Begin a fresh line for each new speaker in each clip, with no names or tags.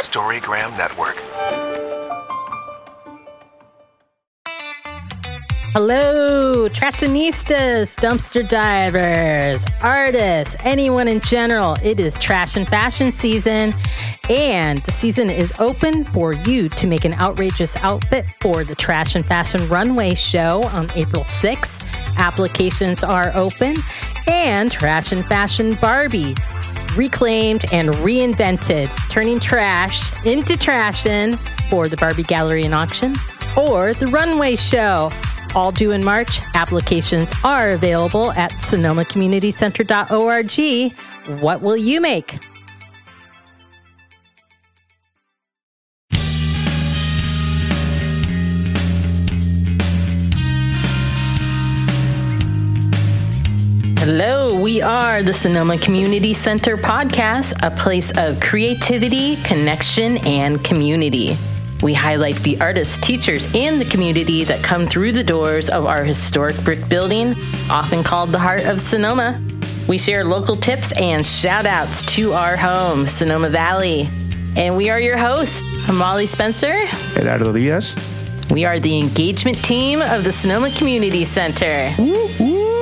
Storygram Network.
Hello, trashinistas, dumpster divers, artists, anyone in general. It is trash and fashion season, and the season is open for you to make an outrageous outfit for the Trash and Fashion Runway show on April 6th. Applications are open, and Trash and Fashion Barbie reclaimed and reinvented, turning trash into trashin' for the Barbie Gallery and Auction or the Runway Show. All due in March. Applications are available at sonomacommunitycenter.org. What will you make? Hello, we are the Sonoma Community Center podcast, a place of creativity, connection, and community. We highlight the artists, teachers, and the community that come through the doors of our historic brick building, often called the heart of Sonoma. We share local tips and shout outs to our home, Sonoma Valley. And we are your hosts, Molly Spencer.
Gerardo Diaz.
We are the engagement team of the Sonoma Community Center.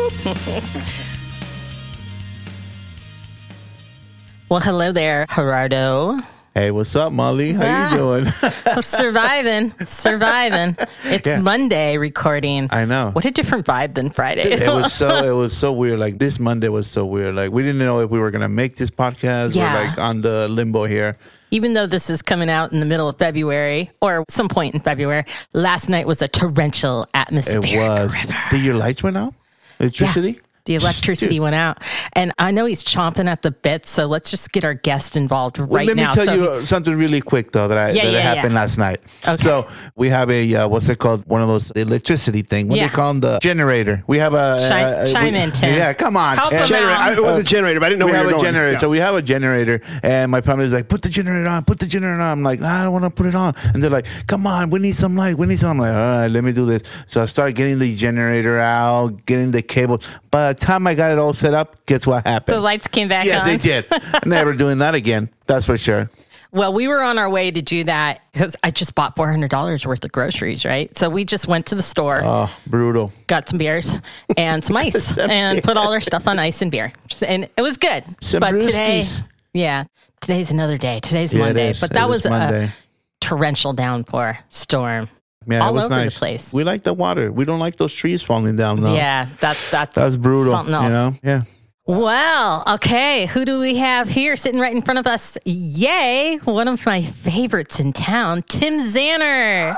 well, hello there, Gerardo.
Hey, what's up, Molly? How
Ah.
you doing?
I'm surviving, surviving. It's
Yeah.
Monday recording.
I know.
What a different vibe than Friday.
it was so it was so weird. Like this Monday was so weird. Like we didn't know if we were gonna make this podcast.
Yeah.
We're like on the limbo here.
Even though this is coming out in the middle of February or some point in February, last night was a torrential
It
atmospheric
was.
river.
Did your lights went out?
Yeah.
Electricity?
The electricity
Dude.
went out. And I know he's chomping at the bit, so let's just get our guest involved right
Well, let me
now.
tell
so
you uh, something really quick though that I,
Yeah,
that
yeah,
happened
yeah.
last night.
Okay.
So we have a uh, what's it called? One of those electricity thing. What
Yeah.
do you call them? The generator. We have a
Chime-
uh,
chime
we-
in, Tim.
Yeah, come on.
Help
Tim.
him Genera- out. I-
it was a generator, but I didn't know
we
where
have
you were
a
going.
generator.
Yeah.
So we have a generator, and my family's like, "Put the generator on. Put the generator on." I'm like, "I don't want to put it on." And they're like, "Come on, we need some light. We need some." I'm like, "All right, let me do this." So I start getting the generator out, getting the cable. By the time I got it all set up, guess what happened?
the lights came back
yes,
on.
they did. Never doing that again. That's for sure.
Well, we were on our way to do that because I just bought four hundred dollars worth of groceries, right? So we just went to the store,
Oh, brutal.
got some beers and some ice, and put all our stuff on ice and beer, and it was good.
Some
but today,
brewskis.
yeah, today's another day. Today's
Yeah, it
Monday,
is.
but
It
that
is
was uh,
Monday.
a torrential downpour storm.
Yeah,
all
it was
over the
nice.
place.
We like the water. We don't like those trees falling down though.
Yeah, that's that's
That's brutal.
Something else.
You know? Yeah.
Well, okay. Who do we have here sitting right in front of us? Yay! One of my favorites in town, Tim Zanner.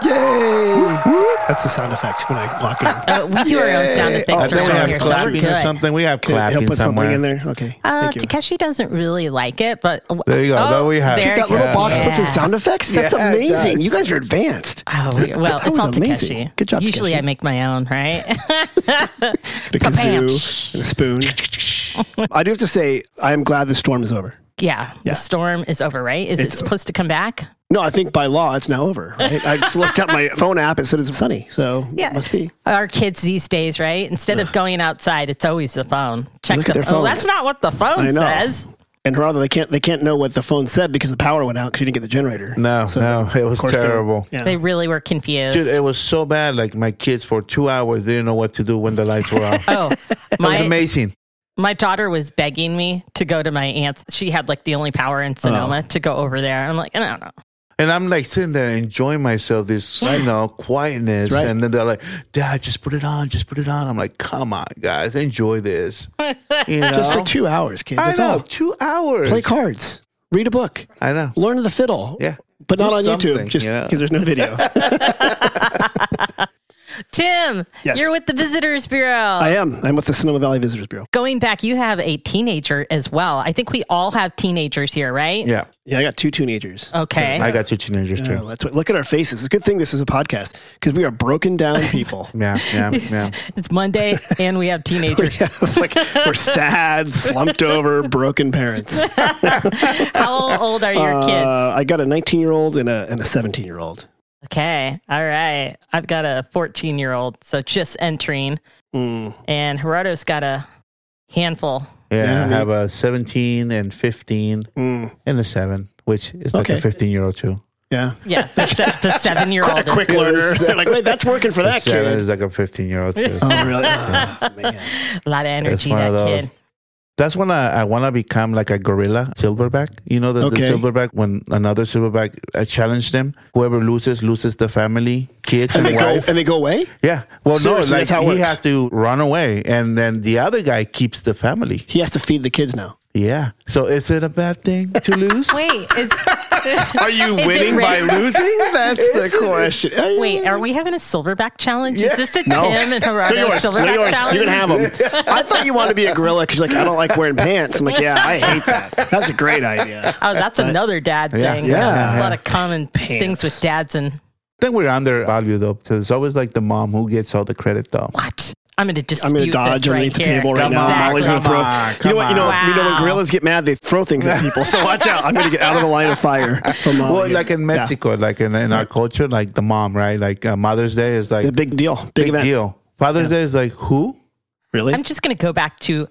That's the sound effects when I walk in.
Uh, we do our own sound
I
effects
think we
around here,
have
so we're
clapping or
Oh, good.
something. We have
Okay,
clapping
He'll put
somewhere.
something in there. Okay.
Uh,
thank you.
Takeshi doesn't really like it, but
There you go.
Oh,
there we have
there
That
it
little
goes.
box puts in
Yeah.
sound effects. That's
Yeah, it
amazing.
does.
You guys are advanced.
Oh, we- well,
That
it's
was
all
amazing.
Takeshi.
Good job,
Usually
Takeshi.
I make my own, right?
The
Pa-pam.
kazoo and a spoon. I do have to say, I am glad the storm is over.
yeah, The storm is over, right? Is it
It's-
supposed to come back?
No, I think by law it's now over. Right? I just looked at my phone app. It said it's sunny, so
Yeah.
it must be.
Our kids these days, right? Instead of going outside, it's always the phone. Check
Look
the
at their
phone.
phones.
that's not what the phone
I know.
says.
And Gerardo, they can't they can't know what the phone said because the power went out because you didn't get the generator.
No, no, it was
of course they were-
terrible.
Yeah.
They really were confused.
Dude, it was so bad. Like my kids for two hours didn't know what to do when the lights were off. it
oh,
was
my
amazing.
My daughter was begging me to go to my aunt's. She had like the only power in Sonoma
Oh.
to go over there. I'm like, I don't know.
And I'm like sitting there enjoying myself, this you know quietness.
That's right.
And then they're like, "Dad, just put it on, just put it on." I'm like, "Come on, guys, enjoy this." You know?
Just for two hours, kids.
I
That's
know,
all.
two hours.
Play cards, read a book,
I know.
learn the fiddle.
Yeah.
but not
Do
on
something,
YouTube, just
you know?
because there's no video.
Tim,
Yes.
you're with the Visitors Bureau.
I am. I'm with the Sonoma Valley Visitors Bureau.
Going back, you have a teenager as well. I think we all have teenagers here, right?
Yeah,
Yeah, I got two teenagers.
Okay.
I got two teenagers
Yeah,
too.
that's what, look at our faces. It's a good thing this is a podcast because we are broken down people.
Yeah, yeah, yeah.
it's Monday and we have teenagers.
It's like we're sad, slumped over, broken parents.
How old are your
Uh,
kids?
I got a 19 year old and a and a 17 year old.
Okay. All right. I've got a 14 year old, so just entering.
Mm,
And Gerardo's got a handful.
Yeah,
Yeah,
I
me-
have a 17 and 15 and a seven. which is like a
Okay.
15 year old too.
Yeah.
Yeah, the, se- the seven year old.
Quick learner. They're like, wait, that's working for that
Seven
kid.
is like a 15 year old too.
Oh, really? Oh, man.
A lot of energy,
one
that
of those.
kid.
That's when I, I want to become like a gorilla silverback. You know, the,
Okay.
the silverback, when another silverback I challenged them, whoever loses, loses the family, kids,
And
and,
they go
wife.
and they go away?
yeah. Well,
Seriously,
no, like
that's how it
he
works.
has to run away. And then the other guy keeps the family.
He has to feed the kids now.
Yeah. So is it a bad thing to lose?
Wait, is,
Are you
Is it winning by rigged?
losing? That's the question.
wait, are we having a silverback challenge?
Yeah.
Is this a
No.
Tim and
They're
Gerardo
yours. They're
silverback
yours.
challenge?
You can have them. I thought you wanted to be a gorilla because like I don't like wearing pants. I'm like, yeah, I hate that. That's a great idea.
Oh, that's another dad
Yeah.
thing.
Yeah.
There's a lot of common things
Pants.
with dads and
I think we're undervalued though. 'cause it's always like the mom who gets all the credit though.
what? I'm going to dispute
I'm going to dodge
this right
underneath the
here.
table right
Come
now.
on,
Molly's going to
come
throw.
on,
you
come
know what? You know, you know when
on.
gorillas get mad, they throw things at people. So watch out. I'm going to get out of the line of fire. From Molly.
Well, like in
Yeah.
Mexico, like in, in our culture, like the mom, right? Like uh, Mother's Day is like
The big deal. Big,
big
event.
deal. Father's Day is like who?
Really?
I'm just going to go back to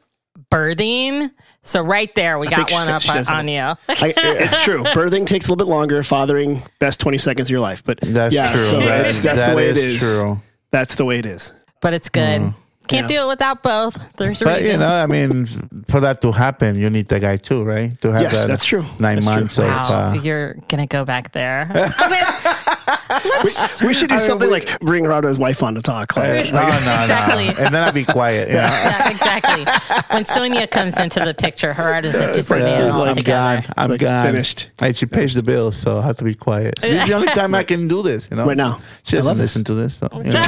birthing. So right there, we got
think she-
one up
she
on,
doesn't-
on you.
I, it's true. Birthing takes a little bit longer. Fathering, best 20 seconds of your life. But
That's
yeah,
true.
so
That-
that's, that's
that
the way it
is
is.
true.
That's the way it is.
But it's good. Can't
Mm. Yeah.
do it without both. There's a
But
reason.
you know, I mean, for that to happen, you need the guy too, right? To have
Yes,
that
that's true.
Nine
That's true.
months of.
Wow,
Uh,
you're gonna go back there. I mean,
We should do something like bring Rado's wife on to talk.
uh, no, no,
Like,
no.
Exactly.
And then I'd be quiet. You know?
yeah, exactly. When Sonia comes into the picture, her art is empty for me
Yeah,
all
I'm
together.
gone. I'm
Like,
gone.
finished.
And she pays the bill, so I have to be quiet. This is the only time I can do this, you know.
Right now.
she
I
doesn't
love
listen to this. So, you know.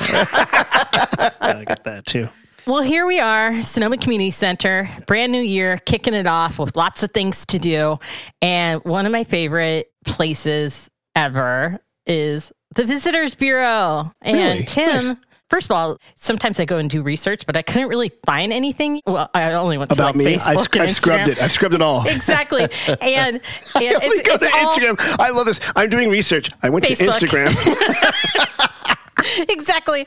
I get that too.
Well, here we are, Sonoma Community Center, brand new year, kicking it off with lots of things to do. And one of my favorite places ever is the Visitors Bureau. And
Really?
Tim,
Nice.
first of all, sometimes I go and do research, but I couldn't really find anything. Well, I only went to
About
like
me,
Facebook
I've, sc-
and
I've scrubbed
Instagram.
it. I've scrubbed it all.
Exactly. And, and
Only
it's,
go
it's
to
all,
Instagram. I love this. I'm doing research. I went to
Facebook.
Instagram.
exactly.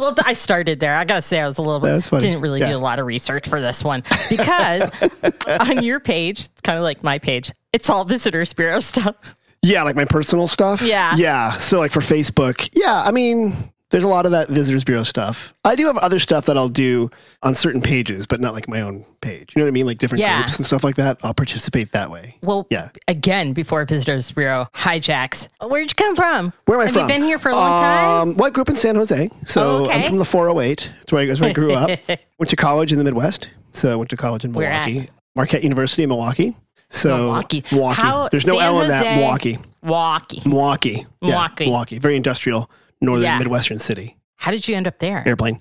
Well, I started there. I gotta say, I was a little bit.
That's funny.
Didn't really
Yeah.
do a lot of research for this one because on your page, it's kind of like my page. It's all visitors bureau stuff.
yeah, like my personal stuff.
Yeah.
Yeah. So like for Facebook. Yeah. I mean, there's a lot of that visitors bureau stuff. I do have other stuff that I'll do on certain pages, but not like my own page. You know what I mean? Like different
Yeah.
groups and stuff like that. I'll participate that way.
Well,
Yeah.
Again, before visitors bureau hijacks, where'd you come from?
Where am I
Have
from?
you been here for a long time?
Um, well, I grew up in San Jose, so
Oh, okay.
I'm from the 408. That's where I, that's where I grew up. went to college in the Midwest, so I went to college in
Where at?
Milwaukee, Marquette University in Milwaukee. So
Milwaukee.
Milwaukee.
How-
There's no
San
L in that.
Jose-
Milwaukee.
Milwaukee.
Milwaukee. Yeah,
Milwaukee.
Milwaukee. Very industrial, northern
Yeah.
Midwestern city.
How did you end up there?
Airplane.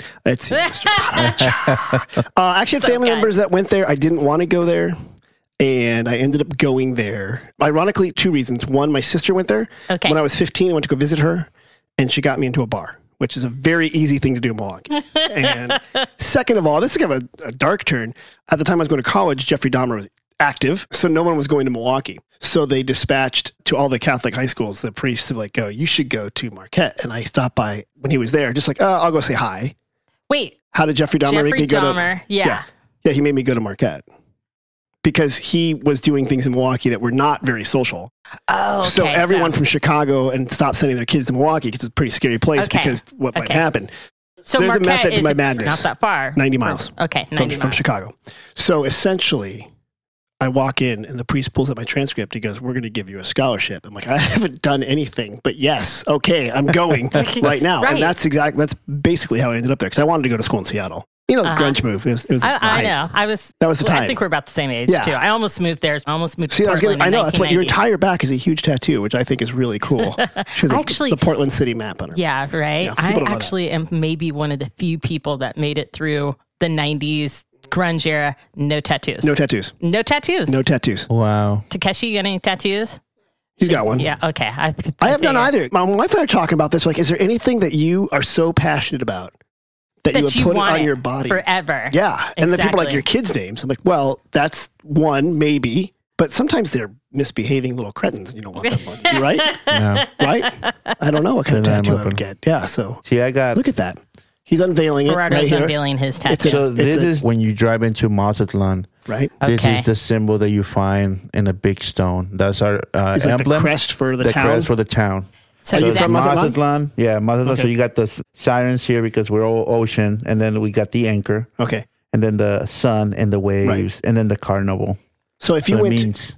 It's uh, I actually had family
good.
members that went there. I didn't want to go there. And I ended up going there. Ironically, two reasons. One, my sister went there.
Okay.
When I was 15, I went to go visit her, and she got me into a bar, which is a very easy thing to do in Milwaukee. and second of all, this is kind of a, a dark turn. At the time I was going to college, Jeffrey Dahmer was active, so no one was going to Milwaukee. So they dispatched to all the Catholic high schools the priests to like go, you should go to Marquette. And I stopped by when he was there, just like, oh, I'll go say hi.
Wait,
How did Jeffrey Dahmer make
Jeffrey
me go to
Dahmer. yeah.
yeah. Yeah, he made me go to Marquette because he was doing things in Milwaukee that were not very social.
Oh, okay,
so everyone from Chicago and stopped sending their kids to Milwaukee because it's a pretty scary place
Okay.
because what might
Okay.
happen.
So,
there's a
Marquette
method to
is
my madness.
Not that far.
90 miles
Okay,
from,
90
from
miles.
Chicago. So essentially, I walk in and the priest pulls up my transcript. He goes, We're going to give you a scholarship. I'm like, I haven't done anything, but yes, okay, I'm going right now.
Right.
And that's exactly, that's basically how I ended up there because I wanted to go to school in Seattle. You know, the
Uh-huh.
grunge move. It was, it was the
I, I
hype.
know. I was.
That was the
I
time.
think we're about the same age
Yeah.
too. I almost moved there. I almost moved.
See,
to
I was
Portland
gonna, I
in
know that's what your
1990.
entire back is a huge tattoo, which I think is really cool. She has a-
Actually-
the Portland City map on her.
Yeah, right.
Yeah, people
I
don't know that.
actually am maybe one of the few people that made it through the '90s grunge era. No tattoos.
No tattoos.
No tattoos.
No tattoos.
Wow.
Takeshi, you got any tattoos?
He's got one.
Yeah. Okay. I,
I have none
figured.
either. My wife and I are talking about this. Like, is there anything that you are so passionate about that, you would
That you,
put it
want
on
it
your body?
forever.
Yeah. And then people are like
Exactly.
your kids' names. I'm like, well, that's one, maybe. But sometimes they're misbehaving little cretins and you don't want them on you, right?
Yeah.
right? I don't know what kind of
Then I'm
tattoo I
open.
would get. Yeah. So
See, I got
look at that. He's unveiling it.
Gerardo's
right here.
unveiling his tattoo.
It's a-
So this
a-
is when you drive into Mazatlan.
right?
This
Okay.
is the symbol that you find in a big stone. That's our uh,
It's like
emblem.
the crest for the,
the
town.
crest for the town.
So
Are you
it's
that,
from Mazatlan?
Mazatlan. Yeah, Mazatlan. So
Okay.
you got the s- sirens here because we're all ocean, and then we got the anchor,
okay.
and then the sun and the waves, and then the carnival.
So if you
So it
went,
means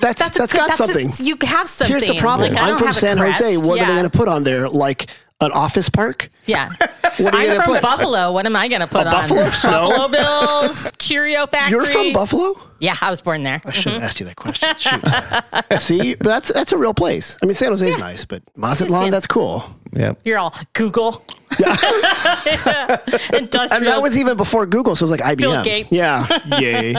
that's that's,
That's, a
that's
good-
got
that's a-
something.
you have something.
Here's the problem.
Like, I
I'm
don't
from
have a
San
crest.
Jose. What
yeah.
are they going to put on there? Like an office park?
yeah.
What are you
I'm
going to
from
put?
Buffalo. What am I going to put
A
on?
Buffalo snow?
Buffalo Bills, Cheerio Factory.
You're from Buffalo?
Yeah, I was born there.
I should have asked you that question. Shoot. See, but that's that's a real place. I mean, San Jose's nice, but Mazatlan,
San-
that's cool.
yeah.
You're all Google. Industrial.
And that was even before Google, so it was like IBM.
Bill Gates.
Yeah. Yay.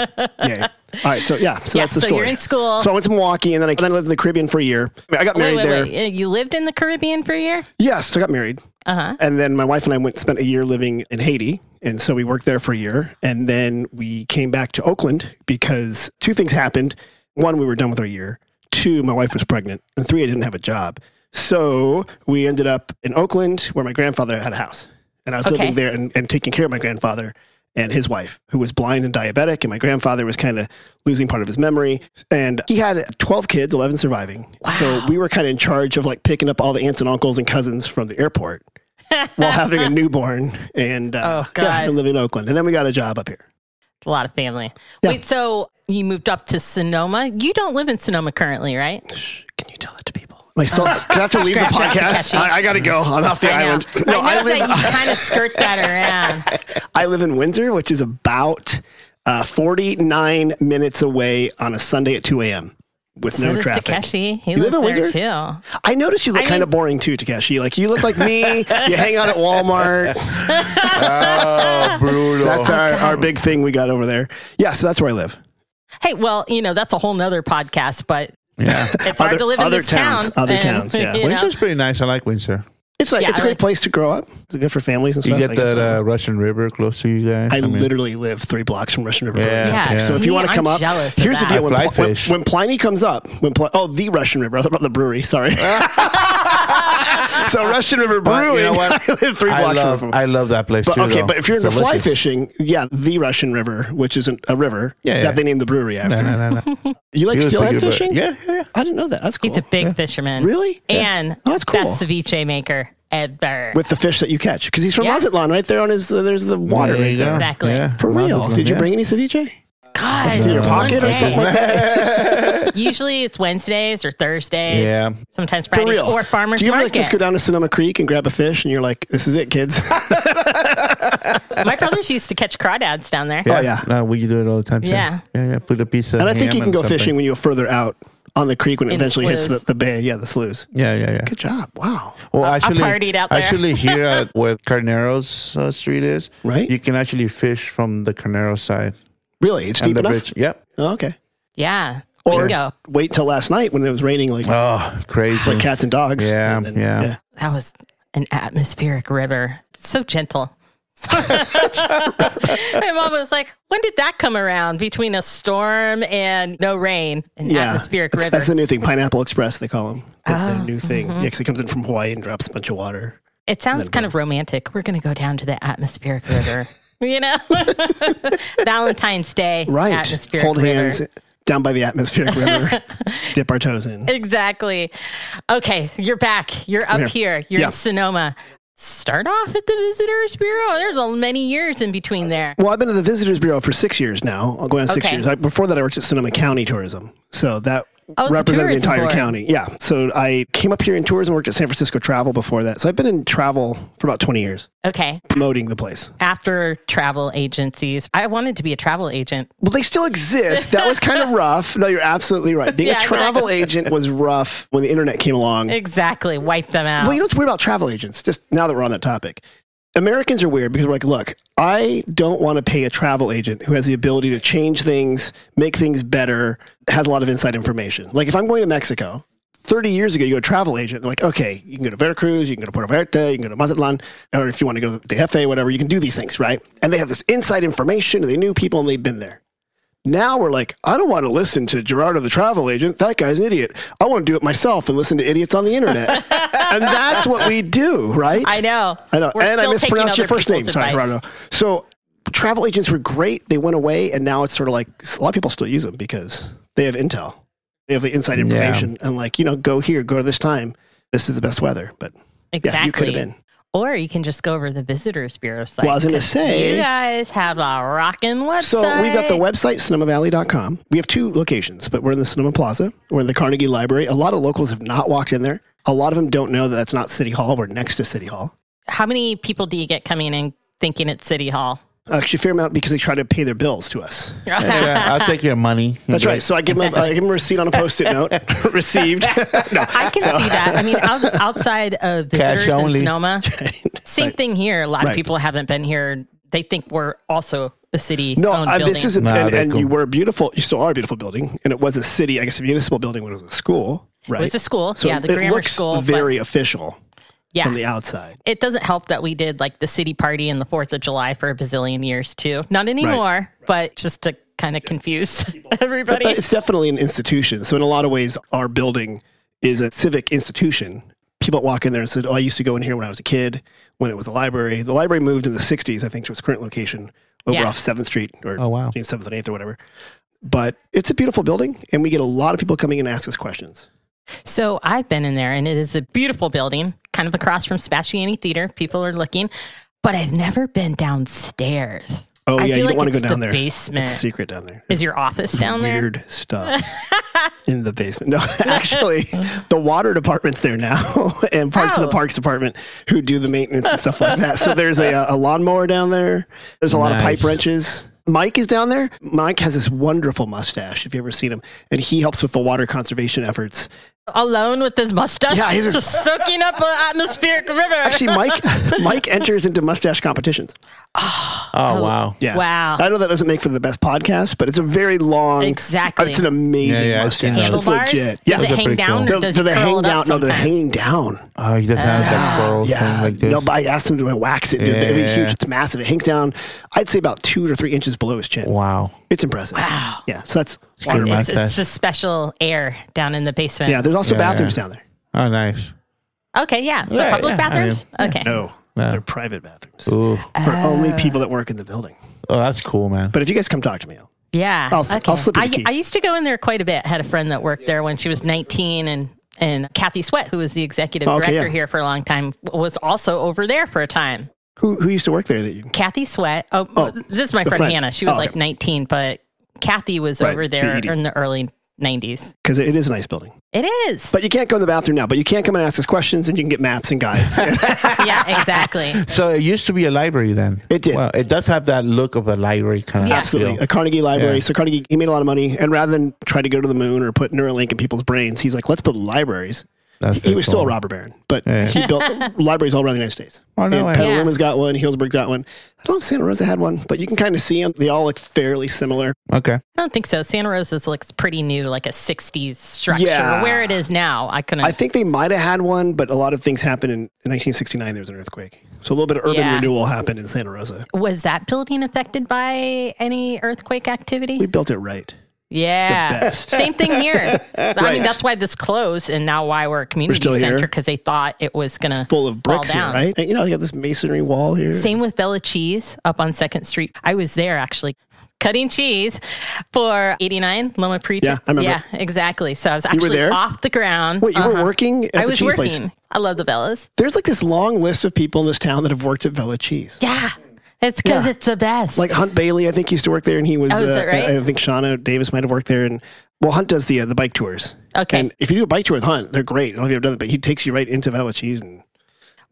Yay. All right. So yeah. So
Yeah,
that's the
so
story.
you're in school.
So I went to Milwaukee, and then I, then I lived in the Caribbean for a year. I, mean, I got
wait,
married
wait,
there.
wait. You lived in the Caribbean for a year?
Yes, so I got married. And then my wife and I went spent a year living in Haiti. And so we worked there for a year. And then we came back to Oakland because two things happened. One, we were done with our year. Two, my wife was pregnant. And three, I didn't have a job. So we ended up in Oakland where my grandfather had a house. And I was
Okay.
living there and, and taking care of my grandfather and his wife, who was blind and diabetic. And my grandfather was kind of losing part of his memory. And he had 12 kids, 11 surviving. So we were kind of in charge of like picking up all the aunts and uncles and cousins from the airport while having a newborn. And uh,
Oh,
yeah,
God.
and living in Oakland. And then we got a job up here.
It's a lot of family.
Yeah.
Wait, so you moved up to Sonoma. You don't live in Sonoma currently, right?
Shh, can you tell that to people? Am I still, can I have to leave the
Scratch out
podcast?
Takeshi.
I, I got to go. I'm off the
I know.
island.
I know that you kind of skirt that around.
I live in Windsor, which is about uh, 49 minutes away on a Sunday at 2 a.m. with
so
no
does
traffic.
Takeshi. He
You live
lives
in
there
Windsor?
too.
I notice you look
I
kind of
mean-
boring too, Takeshi. Like you look like me. you hang out at Walmart.
Oh, brutal.
That's our, our big thing we got over there. Yeah, so that's where I live.
Hey, well, you know that's a whole nother podcast, but
yeah.
it's hard
Other-
to live in
other
this
towns,
town.
other
and,
towns, yeah.
you know.
Windsor's pretty nice. I like Windsor.
It's like
Yeah,
it's a
I
great
like-
place to grow up. It's good for families and
You
stuff. I
get
guess.
that uh, Russian River close to you guys.
I
mean,
literally live three blocks from Russian River.
Yeah,
Road.
Yeah,
yeah.
So if
see,
you want to
I'm
come up,
jealous of
here's the
that.
deal. When,
I fly
Pl- when,
fish.
when Pliny comes up, when Pl- oh the Russian River, I thought about the brewery. Sorry. so Russian River
But
Brewing.
you know what?
I live three
I
blocks
love,
from.
I love that place
but
too.
okay,
though.
but if you're into fly
Delicious.
fishing, yeah, the Russian River, which isn't a river
Yeah, yeah.
that they named the brewery after.
no, no, no, no.
You like
He was
steelhead
thinking about-
fishing?
Yeah, yeah, yeah.
I didn't know that. That's cool.
He's a big fisherman.
Really?
And
Oh, that's cool.
best ceviche maker ever.
with the fish that you catch because he's from
Yeah.
Mazatlan, right there on his. Uh, there's the water
There
right
you go.
there.
Exactly.
For real?
Mazatlan,
Did you
yeah.
bring any ceviche?
God,
in your
it's one
pocket or
day.
something like that?
Usually it's Wednesdays or Thursdays.
Yeah.
Sometimes
For
Fridays
real?
or farmers
Do you ever
market.
like, just go down to Sonoma Creek and grab a fish, and you're like, "This is it, kids."
My brothers used to catch crawdads down there.
Oh, yeah.
No, we do it all the time. Too.
Yeah.
yeah, yeah. Put a piece of.
and I think
ham
you can go
something.
fishing when you go further out on the creek when it
In the
eventually hits the,
sloughs.
the bay. Yeah, the sloughs.
Yeah, yeah, yeah.
Good job. Wow.
Well,
I
actually,
partied out there.
actually, here at where Carneros uh, Street is,
Right.
You can actually fish from the Carneros side
Really? It's
and
deep
the
enough.
bridge. Yep.
Oh, okay.
Yeah.
Or
Bingo.
wait till last night when it was raining like
Oh, crazy.
like cats and dogs.
Yeah,
And
yeah.
That was an atmospheric river. It's so gentle. My mom was like, when did that come around between a storm and no rain? An
Yeah.
atmospheric
That's-
river. Oh, mm-hmm.
That's the new thing. Pineapple Express, they call them. That's the new thing. Yeah, 'cause it comes in from Hawaii and drops a bunch of water.
It sounds kind of romantic. We're going to go down to the atmospheric river. You know, Valentine's Day,
Right.
Atmospheric
Hold
river.
hands down by the atmospheric river. Dip our toes in.
exactly. Okay, you're back. You're up
here.
here. You're
Yeah.
in Sonoma. Start off at the Visitors Bureau. There's a- many years in between there.
Well, I've been to the Visitors Bureau for six years now. I'll go on six
Okay.
years. I, before that, I worked at Sonoma County Tourism. So that
Oh, it's a
represented the
tourism
entire
board.
county. Yeah. So I came up here in tourism, worked at San Francisco Travel before that. So I've been in travel for about 20 years,
Okay,
promoting the place.
after travel agencies, I wanted to be a travel agent.
Well, they still exist. That was kind of rough. No, you're absolutely right. Being
Yeah,
a travel agent was rough when the internet came along.
Exactly, wipe them out.
Well, you know what's weird about travel agents? Just now that we're on that topic, Americans are weird because we're like, look, I don't want to pay a travel agent who has the ability to change things, make things better, has a lot of inside information. Like if I'm going to Mexico, 30 years ago, you go to a travel agent, they're like, okay, you can go to Veracruz, you can go to Puerto Vallarta, you can go to Mazatlan, or if you want to go to Tejefe, whatever, you can do these things, right? And they have this inside information, and they knew people, and they've been there. Now we're like, I don't want to listen to Gerardo the travel agent. That guy's an idiot. I want to do it myself and listen to idiots on the internet. and that's what we do, right?
I know.
I know.
We're
and I
still taking
mispronounced your
other
first name.
people's
Sorry,
advice.
Gerardo. So travel agents were great. They went away, and now it's sort of like a lot of people still use them because they have intel, they have the inside information, and like you know, go here, go to this time. This is the best weather, but yeah, you could
Exactly.
have been.
Or you can just go over to the Visitors Bureau site.
Well, I was gonna
'cause
say-
You guys have a rockin' website.
So we've got the website, cinemavalley.com. We have two locations, but we're in the Cinema Plaza. We're in the Carnegie Library. A lot of locals have not walked in there. A lot of them don't know that that's not City Hall. We're next to City Hall.
How many people do you get coming in thinking it's City Hall?
Actually, a fair amount because they try to pay their bills to us.
yeah, I'll take your money.
That's right. So I give them a, I give them a receipt on a post-it note. Received. no.
I can see that. I mean, out, outside of
Cash
visitors in
only.
Sonoma, same thing here. A lot
Right.
of people haven't been here. They think we're also a city.
No,
owned
uh,
building.
this isn't.
Nah,
and
they're
and you
cool.
were beautiful. You still are a beautiful building, and it was a city. I guess a municipal building when it was a school. Right.
It was a school.
So
yeah, the
it
grammar
looks
school.
Very official
but yeah,
from the outside.
it doesn't help that we did like the city party and the Fourth of July for a bazillion years too. Not anymore, but just to kind of confuse everybody.
But it's definitely an institution. So in a lot of ways, our building is a civic institution. People walk in there and said, "Oh, I used to go in here when I was a kid, when it was a library." The library moved in the '60s, I think, to its current location over
Yeah.
off Seventh Street or
Oh, wow.
between Seventh and Eighth or whatever. But it's a beautiful building, and we get a lot of people coming in and ask us questions.
So I've been in there and it is a beautiful building, kind of across from Spasciani Theater. People are looking, but I've never been downstairs.
Oh
I
yeah,
feel
you
like
don't want to
it's
go down
the
there.
basement.
It's secret down there.
Is your office down there?
Weird stuff in the basement. No, actually, the water department's there now, and parts of
Oh.
the parks department who do the maintenance and stuff like that. So there's a, a lawnmower down there. There's a lot of pipe
Nice.
wrenches. Mike is down there. Mike has this wonderful mustache. If you ever seen him, and he helps with the water conservation efforts.
Alone with his mustache,
Yeah, he's
just,
just-
soaking up an atmospheric river.
Actually, Mike Mike enters into mustache competitions.
Oh wow.
Yeah.
Wow.
I know that doesn't make for the best podcast, but it's a very long.
Exactly.
It's an amazing
Yeah, yeah, I've seen
mustache.
those.
It's
Handlebars?
legit. Yeah.
Does it
Those are
hang
pretty
down?
cool.
Or
Do,
does
do
it
they
curl
hang
it
down?
up
No, they're
sometime?
hanging down.
Oh, he doesn't have that curl
Ah, Yeah.
thing like this.
No, but I asked him to wax it. dude.
Yeah,
I mean,
yeah,
huge.
yeah.
It's massive. It hangs down. I'd say about two to three inches below his chin.
wow.
It's impressive.
Wow.
Yeah. So that's
Good
water.
it's, it's
mustache.
a special air down in the basement.
Yeah. There's also
Yeah,
bathrooms
yeah.
down there.
Oh, nice.
Okay, yeah. The
Yeah,
public
yeah, I
bathrooms? okay.
No,
No.
they're private bathrooms
Oh, Ooh.
for
Oh.
only people that work in the building.
Oh, that's cool, man.
But if you guys come talk to me, I'll-
Yeah.
I'll s- I'll slip you the
I,
key.
I used to go in there quite a bit. Had a friend that worked there when she was 19 and and Kathy Sweat, who was the executive
Okay,
director
yeah.
here for a long time, was also over there for a time.
who who used to work there that you
Kathy Sweat. Oh,
Oh,
this is my
the
friend,
friend.
Hannah. She was
Oh,
like
okay.
19, but Kathy was
Right, E
over
the
there
ED.
in the early 90s.
because it is a nice building.
It is.
But you can't go in the bathroom now. But you can come and ask us questions, and you can get maps and guides.
yeah, exactly.
So it used to be a library then.
It did.
Well, it does have that look of a library kind of
Yeah.
Absolutely.
feel.
A Carnegie library.
Yeah.
So Carnegie, he made a lot of money. And rather than try to go to the moon or put Neuralink in people's brains, he's like, let's build libraries.
That's
he was
cool.
still a robber baron, but
Yeah.
he built libraries all around the United States.
Oh, no
And
way.
Petaluma's got one. Hillsburg got one. I don't know if Santa Rosa had one, but you can kind of see them. They all look fairly similar.
Okay.
I don't think so. Santa Rosa's looks pretty new, like a 60s structure.
Yeah.
Where it is now, I couldn't.
I think they might have had one, but a lot of things happened in, in 1969. There was an earthquake. So a little bit of urban
Yeah.
renewal happened in Santa Rosa.
was that building affected by any earthquake activity?
We built it right.
Yeah.
best.
Same thing here. I mean,
Right.
that's why this closed and now why we're a community
still here.
center because they thought it was going to.
Full of bricks here,
Uh, down.
right? And, you know, you got this masonry wall here.
Same with Bella Cheese up on 2nd Street. I was there actually cutting cheese for 89 Loma Prieta.
Yeah, I remember.
Yeah, exactly. So I was actually
there?
off the ground.
Wait, you were
Uh-huh.
working at
I
the
was
cheese
working.
place?
I love the Bellas.
There's like this long list of people in this town that have worked at Vella Cheese.
Yeah. It's because
Yeah.
it's the best.
Like Hunt Bailey, I think used to work there, and he was.
Oh, is
uh,
that right?
I, I think Shauna Davis might have worked there, and well, Hunt does the uh, the bike tours.
Okay.
And if you do a bike tour with Hunt, they're great. I don't know if you've done it, but he takes you right into Vella Cheese and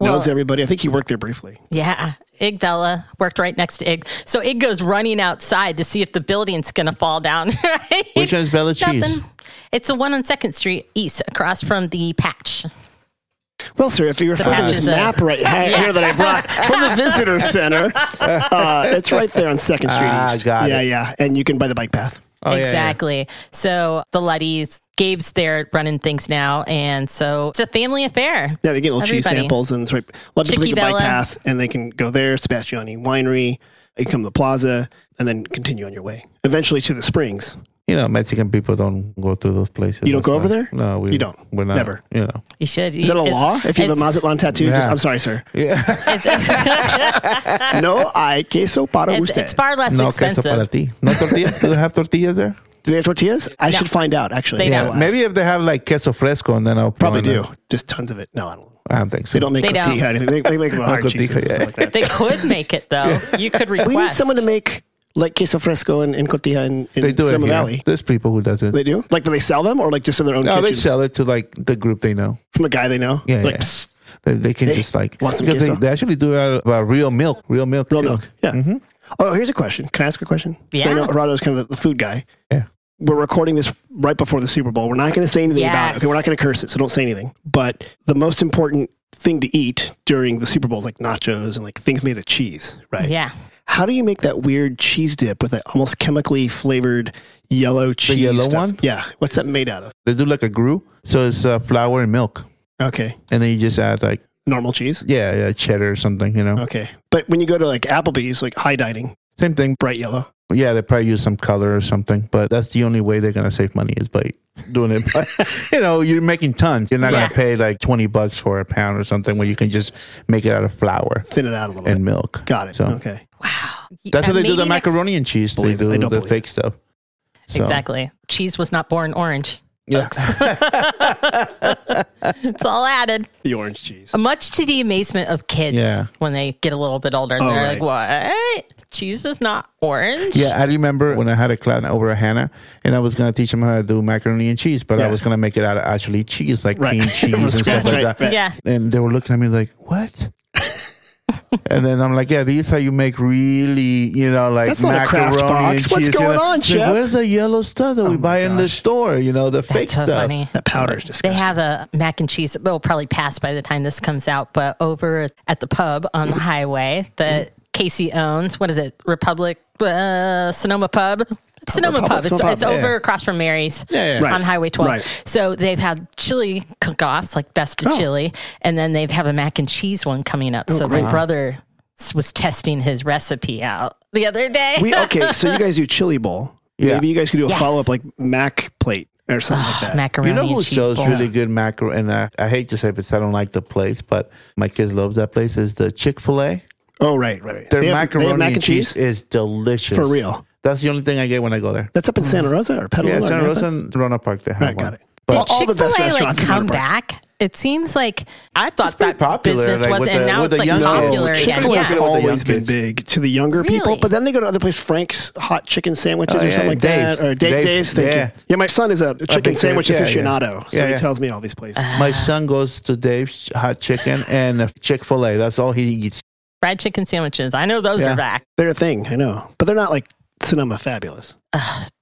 knows
Well-
everybody. I think he worked there briefly.
Yeah. Ig Bella worked right next to Ig. So Ig goes running outside to see if the building's going to fall down. Right?
Which one's Bella Cheese?
Nothing. It's the one on 2nd Street East across from the patch.
Well, sir, if you refer to
patches
this
of-
map right ha- here that I brought from the visitor center, uh, it's right there on Second Street
Ah,
East.
got
yeah,
it.
yeah, and you can buy the bike path.
Oh, yeah, yeah.
exactly. So the Luddies, Gabe's there running things now. And so it's a family affair.
Yeah, they get little cheese
Everybody.
samples, and it's right. Let people
Chicky
take the bike
Bella.
path, and they can go there, Sebastiani Winery, they can come to the plaza, and then continue on your way. Eventually to the springs,
you know, Mexican people don't go to those places.
You don't
That's
go over
why-
there?
No, we
You don't?
We're not.
Never.
You know.
You should.
Is that a law? If you have a Mazatlan tattoo, just,
Yeah.
I'm sorry, sir.
Yeah.
no, I queso para
It's,
usted.
it's far less
no queso
expensive.
para ti. No tortillas. Do they have tortillas there?
Do they have tortillas? I should find out, actually.
They
I'll
don't.
ask.
Maybe if they have like queso fresco, and then I'll
Probably
throw in Ah,
do.
a-
Just tons of it. No, I don't.
I don't think so.
They don't make
They don't.
tortilla anything. They, they make them hard
Tortilla,
cheeses and stuff
yeah.
like that.
They could make it though. You could request.
We need someone to make like queso fresco and, and cotija in, in
They do it
Simi
here.
Valley.
There's people who does it.
They do? Like, do they sell them or like just in their own
no, they
kitchens?
sell it to like the group they know.
From a guy they know?
Yeah,
Like,
yeah.
psst,
They, they can
Hey,
just like
want some
because they,
queso?
they actually do it out of uh, real milk, real milk,
real
too.
milk. Yeah. Oh, here's a question. Can I ask a question?
Yeah.
I know Gerardo's kind of the, the food guy.
Yeah.
We're recording this right before the Super Bowl. We're not going to say anything about
Yes.
it. Okay, we're not going to curse it, so don't say anything. But the most important thing to eat during the Super Bowl is like nachos and like things made of cheese, right?
Yeah.
How do you make that weird cheese dip with that almost chemically flavored yellow cheese?
yellow
stuff?
one?
Yeah. What's that made out of?
They do like a grue, so it's uh, flour and milk,
Okay.
and then you just add like
Normal cheese.
yeah, yeah cheddar or something, you know.
Okay. But when you go to like Applebee's, like high dining,
Same thing.
bright yellow.
Yeah, they probably use some color or something, but that's the only way they're gonna save money is by doing it. But you know, you're making tons. You're not
Right.
gonna pay like twenty bucks for a pound or something when you can just make it out of flour
Thin it out a little
and
bit.
milk.
Got it.
So
okay.
that's
Yeah,
how they do
maybe
the
next-
macaroni and cheese. They
Believe it. I
do
don't
the
believe
fake stuff. So,
Exactly. Cheese was not born orange.
Yeah.
It's all added.
The orange cheese.
Much to the amazement of kids
Yeah. Oh,
when they get a little bit older. they're
right.
like, what? Cheese is not orange?
Yeah, I remember when I had a class over at Hannah, and I was gonna teach them how to do macaroni and cheese, but I
Yeah.
was gonna make it out of actually cheese, like
Right.
cream cheese
From
and stuff
scratch,
like
right,
that.
right.
Yes.
And they were looking at me like, "What?" and then I'm like, "Yeah, these how you make really, you know, like
That's not a
macaroni
Kraft box.
and
What's
cheese, you
going
know?
on,
Like,
chef? Oh
Where's the yellow stuff that we buy in the
gosh.
store? You know, the fake
That's so
stuff."
funny.
That powder is
They
disgusting.
have a mac and cheese that will probably pass by the time this comes out, but over at the pub on the highway that Casey owns, what is it? Republic, uh, Sonoma Pub? Sonoma
Republic,
Pub. It's,
Sonoma
it's
Pub,
yeah.
over across from Mary's
Yeah, yeah.
Right.
on Highway 12.
Right.
So they've had chili cook offs, like best
Oh.
of chili, and then they have a mac and cheese one coming up. so my brother s- was testing his recipe out the other day.
we okay. So you guys do chili bowl.
Yeah.
Maybe you guys could do a
Yes.
follow up like mac plate or something like that.
Macaroni
You know who
and cheese
sells
bowl.
really good macaroni? And I, I hate to say it because I don't like the place, but my kids love that place. Is the Chick Fil A?
Oh right, right. right.
Their
They have- they have
macaroni and cheese, is delicious
for real.
That's the only thing I get when I go there.
That's up in
Mm-hmm.
Santa Rosa or Petaluma.
Yeah,
or
Santa
Napa?
Rosa and Rona Park. They have
Right,
one.
got it.
But
All the best
Chick-fil-A,
restaurants in
like come
Menlo
back. It seems like I thought that
popular,
business
like, with
wasn't, and
the-
now
with
it's like
the young kids.
popular again.
Chick-fil-A
Yeah.
Chick-fil-A's
Yeah.
always
With the young
been
kids.
big to the younger people,
Really?
but then they go to other places, Frank's hot chicken sandwiches
Oh,
or
yeah,
something like
Dave's.
that, or Dave,
Dave's,
Dave's. Thank
yeah.
you. Yeah, my son is a chicken
big
sandwich
Dave, yeah, yeah.
aficionado, so
Yeah,
he
yeah.
tells me all these places.
Uh-huh.
my son goes to Dave's Hot Chicken and Chick Fil A. That's all he eats.
Fried chicken sandwiches. I know those
Yeah.
are back.
They're a thing, I know, but they're not like Sonoma fabulous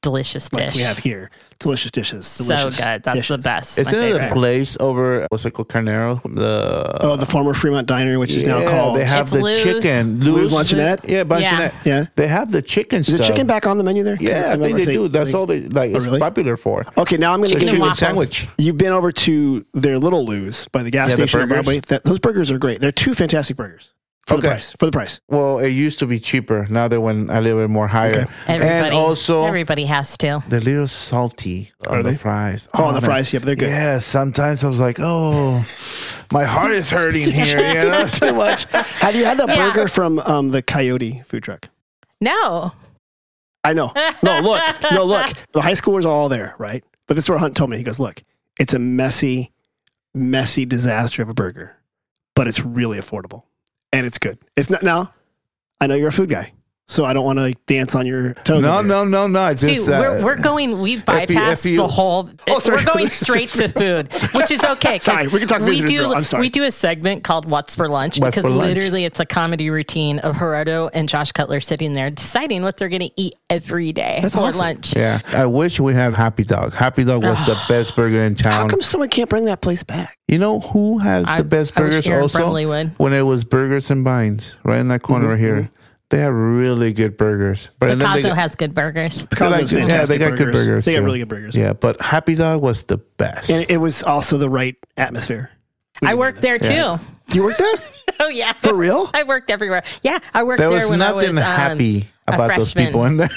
Delicious
like
dish.
we have here. Delicious dishes.
so
Delicious
good. That's the
dishes.
best.
It's
My
another
favorite.
place over what's it called, Carnero? The
Oh, the former Fremont Diner, which is now
Yeah,
called
They have
It's
the
Lou's.
chicken.
Lou's Luncheonette.
Yeah, bunch
Yeah.
Yeah.
They have the chicken
Is
stuff.
the chicken back on the menu there? 'Cause
Yeah, I think
remember Oh,
they do. That's all they like. It's
really?
popular for
Okay, now I'm going
the
to get
and
chicken
waffles.
sandwich.
You've been over to their Little Lou's by the gas
Yeah, the
station. on
burgers.
Broadway. That, those burgers are great. They're two fantastic burgers for the
Okay.
price. For the price.
Well, it used to be cheaper. Now they went a little bit more higher.
Everybody,
and also,
everybody has to.
they're a little salty on
Are
the
they?
fries.
Oh, on the
man.
fries, yeah, but they're good.
Yeah, sometimes I was like, oh, my heart is hurting here. you know?
Too much. Have you had that
Yeah.
burger from um, the Coyote food truck?
No,
I know. No, look. No, look. The high schoolers are all there, right? But this is what Hunt told me. He goes, look, it's a messy, messy disaster of a burger, but it's really affordable and it's good. It's not now. I know you're a food guy, so I don't want to dance on your toes.
No,
over here.
no, no, no. It's
See,
just, uh,
we're, we're going, we bypass
you-
the whole,
Oh, sorry.
we're going straight to food, which is okay. 'cause
Sorry, we can talk visitors
do,
grill. I'm sorry.
We do a segment called What's for Lunch
What's
because
for lunch?
literally it's a comedy routine of Gerardo and Josh Cutler sitting there deciding what they're going to eat every day
That's
for
awesome.
lunch.
Yeah, I wish we had Happy Dog. Happy Dog was the best burger in
How
town.
come someone can't bring that place back?
You know who has
I-
the best
I wish
burgers
Aaron
also?
Brumley would.
When it was Burgers and Binds, right in that
Mm-hmm,
corner here. They have really good burgers. But and then they
Picasso
got-
has good burgers.
they like-
Cosmo's
yeah, they
fantastic
got good burgers.
They got
too.
really good burgers.
Yeah, but Happy Dog was the best.
And it was also the right atmosphere.
I worked there too.
You work there?
Oh yeah,
For real?
I worked everywhere. Yeah, I worked
there
there
was
when I
nothing
was um,
happy about those
freshman.
people in there.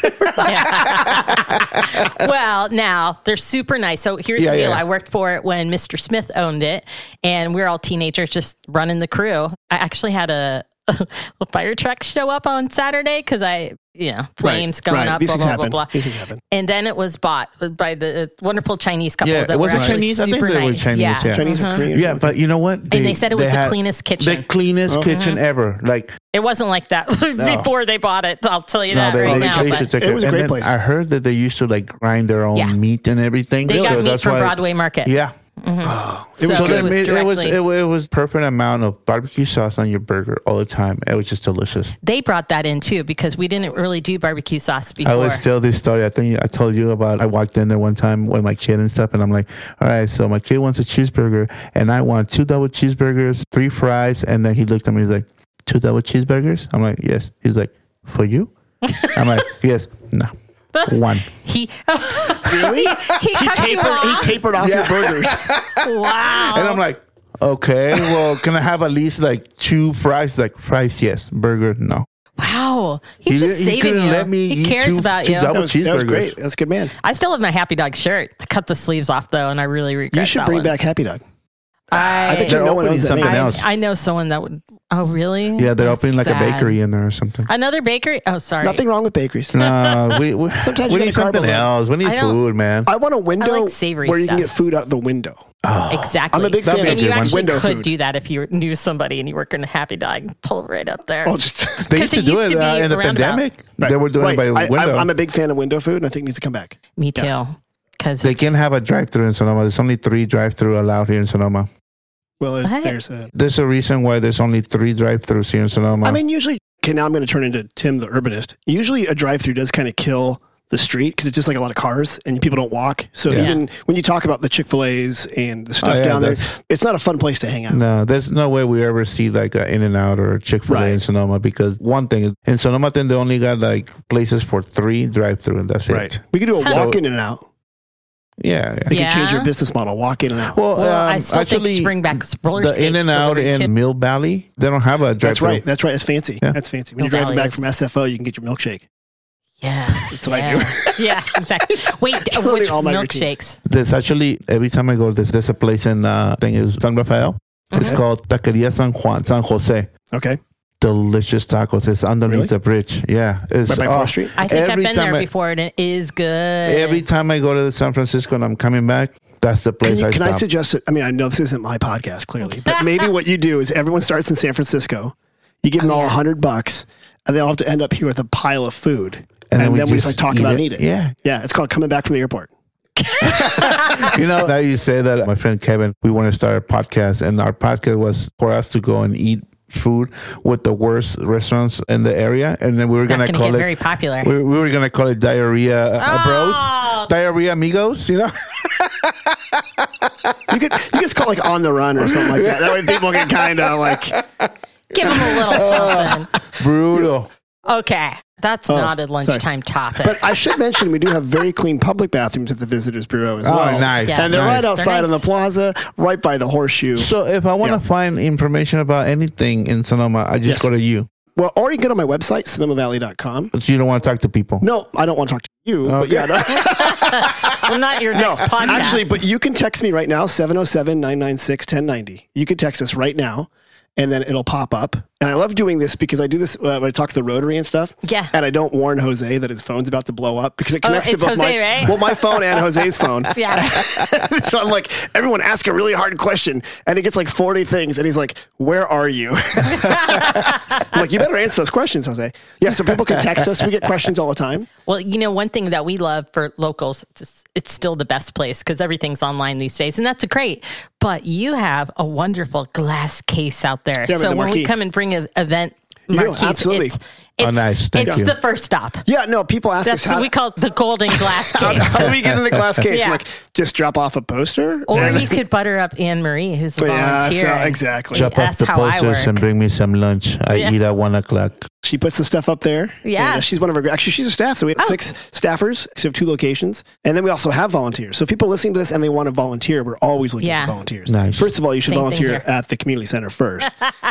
well, now they're super nice. So here's
Yeah,
the deal.
yeah.
I worked for it when Mr. Smith owned it, and we were all teenagers just running the crew. I actually had a, a fire truck show up on Saturday because I, you know, flames going
right.
up,
These
blah,
things
blah, blah,
happen.
blah,
These things happen.
And then it was bought by the wonderful Chinese couple
Yeah,
that
was
were
it
actually
Chinese? I
super
think they were
nice.
Chinese, yeah.
Chinese
Uh-huh.
or Korean? or
yeah,
something.
but you know what? They,
they said it was the
had
cleanest kitchen.
The cleanest kitchen ever. Like
It wasn't like that before they bought it. I'll tell you
no,
that
they,
right
they,
now.
they used to
But
take
It was a
and
great
then
place.
I heard that they used to like grind their own
Yeah.
meat and everything.
they
so
got meat
that's
from
why-
Broadway Market.
Yeah.
It was,
So
so
that
it was
made- it was
directly.
it, wa- it was perfect amount of barbecue sauce on your burger all the time. It was just delicious.
they brought that in too because we didn't really do barbecue sauce before.
I always tell this story. I think I told you about. I walked in there one time with my kid and stuff, and I'm like, "All right, so my kid wants a cheeseburger, and I want two double cheeseburgers, three fries." And then he looked at me. He's like, two double cheeseburgers?" I'm like, "Yes." He's like, "For you?" I'm like, "Yes." No, one.
he really he, he cut you
Tapered, he
off.
tapered off your burgers.
wow.
And I'm like, "Okay, well, can I have at least like two fries?" He's like, "Fries, yes. Burger, no."
Wow. He's
He-
just
he
saving
couldn't
you.
let me
he
eat
cares
two-
about
two
you.
double
That was, that was
cheeseburgers.
great. That's a good man.
I still have my Happy Dog shirt. I cut the sleeves off though, and I really regret.
You should
that
bring
one.
back Happy Dog.
I,
I bet you
They're
no one
opening
owns that
something
name.
I,
else.
I know someone that would. Oh, really?
Yeah, they're
That's
opening like a
sad.
bakery in there or something.
Another bakery. Oh, sorry.
Nothing wrong with bakeries.
No, we, we,
Sometimes
we
you
need
gotta carb
something
load.
else. We need
I don't-
food, man.
I want a window
I like savory
where you can
stuff.
get food out the window.
Exactly.
I'm a big
That'd
fan
be a
of
and you
good one.
actually
window
could
food.
do that if you knew somebody and you work in a Happy Dog. Pull it right up there.
I'll just.
They
'Cause
used to
it
do
used
it
to
uh,
be
in the
roundabout.
pandemic. They were doing it by
I,
window.
I, I'm a big fan of window food, and I think it needs to come back.
Me too. Because
they can have a drive-through in Sonoma. There's only three drive-through allowed here in Sonoma.
Well, there's,
What?
there's a.
There's a reason why there's only three drive-throughs here in Sonoma.
I mean, usually. Okay, now I'm going to turn into Tim the urbanist. Usually, a drive-through does kind of kill the street because it's just like a lot of cars and people don't walk. So
Yeah.
even when you talk about the Chick Fil A's and the stuff
Oh, yeah,
down there,
that's-
it's not a fun place to hang out.
no, there's no way we ever see like an In and Out or Chick Fil A in
Right.
Sonoma because one thing in Sonoma, then they only got like places for three drive-through, and that's it.
We could do a walk in and out.
Yeah. yeah.
You could change your
Yeah.
business model, walk in and out.
Well,
Well,
um,
I still
actually,
think Springback's roller
the
skates
In and Out
delivered
in
to-
Mill Valley, they don't have a drive-through.
That's right. That's right. It's fancy.
Yeah.
That's fancy. When
No
you're driving
value.
back from SFO, you can get your milkshake.
yeah, that's
what I
yeah. do. yeah, exactly. Wait, uh,
Totally
which
all my
milkshakes?
There's actually every time I go, there's there's a place in uh, I think it's San Rafael. It's
Mhm.
called Taqueria San Juan San Jose.
Okay.
Delicious tacos. It's underneath
Really?
the bridge. Yeah, it's
Right by
oh,
4th Street.
I think
Every
I've been
time
there
I-
before, and it is good.
Every time I go to San Francisco and I'm coming back, that's the
Can,
place
you-
I
can I
stop.
suggest it? I mean, I know this isn't my podcast clearly, but maybe what you do is everyone starts in San Francisco,
Oh,
you give them all a hundred bucks, and they all have to end up here with a pile of food. And, then, we just, like talk
eat
about
it.
and eat it.
Yeah.
Yeah. It's called coming back from the airport.
you know, now you say that my friend Kevin, we want to start a podcast, and our podcast was for us to go and eat food with the worst restaurants in the area, and then we were
It's not
gonna
going to
call
get
it
very popular.
we, we were gonna call it diarrhea uh,
Oh.
bros, diarrhea amigos. You know.
You could you just call it, like on the run or something like that. That way people can kind of like
Give them a little
Uh.
something.
Brutal.
Okay, that's not a lunchtime topic.
Oh, But I should mention we do have very clean public bathrooms at the Visitors Bureau as
Oh,
well.
nice.
Yeah.
And they're
Nice.
right outside
They're
on the
nice.
plaza, right by the horseshoe.
So if I want to find information about anything in Sonoma, I just
Yes.
go to you.
Well, or you can go to my website, cinemavalley.com.
So you don't want to talk to people.
No, I don't want to talk to you. But
Okay.
yeah, no,
well, not your next podcast.
actually, but you can text me right now, 707 996 1090. You can text us right now. And then it'll pop up. And I love doing this because I do this uh, when I talk to the Rotary and stuff.
Yeah. Oh,
And I don't warn Jose that his phone's about to blow up because it connects
it's
to both
Jose,
my,
right?
well, my phone and Jose's phone.
yeah.
so I'm like, everyone ask a really hard question, and it gets like 40 things, and he's like, "Where are you?" I'm like, you better answer those questions, Jose. Yeah, so people can text us. We get questions all the time.
Well, you know, one thing that we love for locals, it's, it's still the best place because everything's online these days, and that's great. But you have a wonderful glass case out there.
Yeah, but
so
the
when we
marquee.
come and bring an event
do,
marquees,
absolutely.
it's, it's,
Oh, nice. Thank
it's
you.
the first stop.
Yeah, no, people ask
That's
us how.
we call it the golden glass case.
how do we get in the glass case?
Yeah.
I'm like, just drop off a poster,
or
And-
you could butter up Anne Marie, who's a
yeah,
volunteer.
so
and-
exactly.
Chop up
That's
the
how I
posters
work.
and bring me some lunch. I
Yeah.
eat at one o'clock.
She puts the stuff up there.
Yeah. Oh.
And, uh, she's one of our, actually, she's a staff. So we have six staffers. So we have two locations. And then we also have volunteers. So if people listening to this and they want to volunteer, we're always looking
Yeah.
for volunteers.
Nice.
First of all, you should
Same thing
volunteer
here.
at the community center first.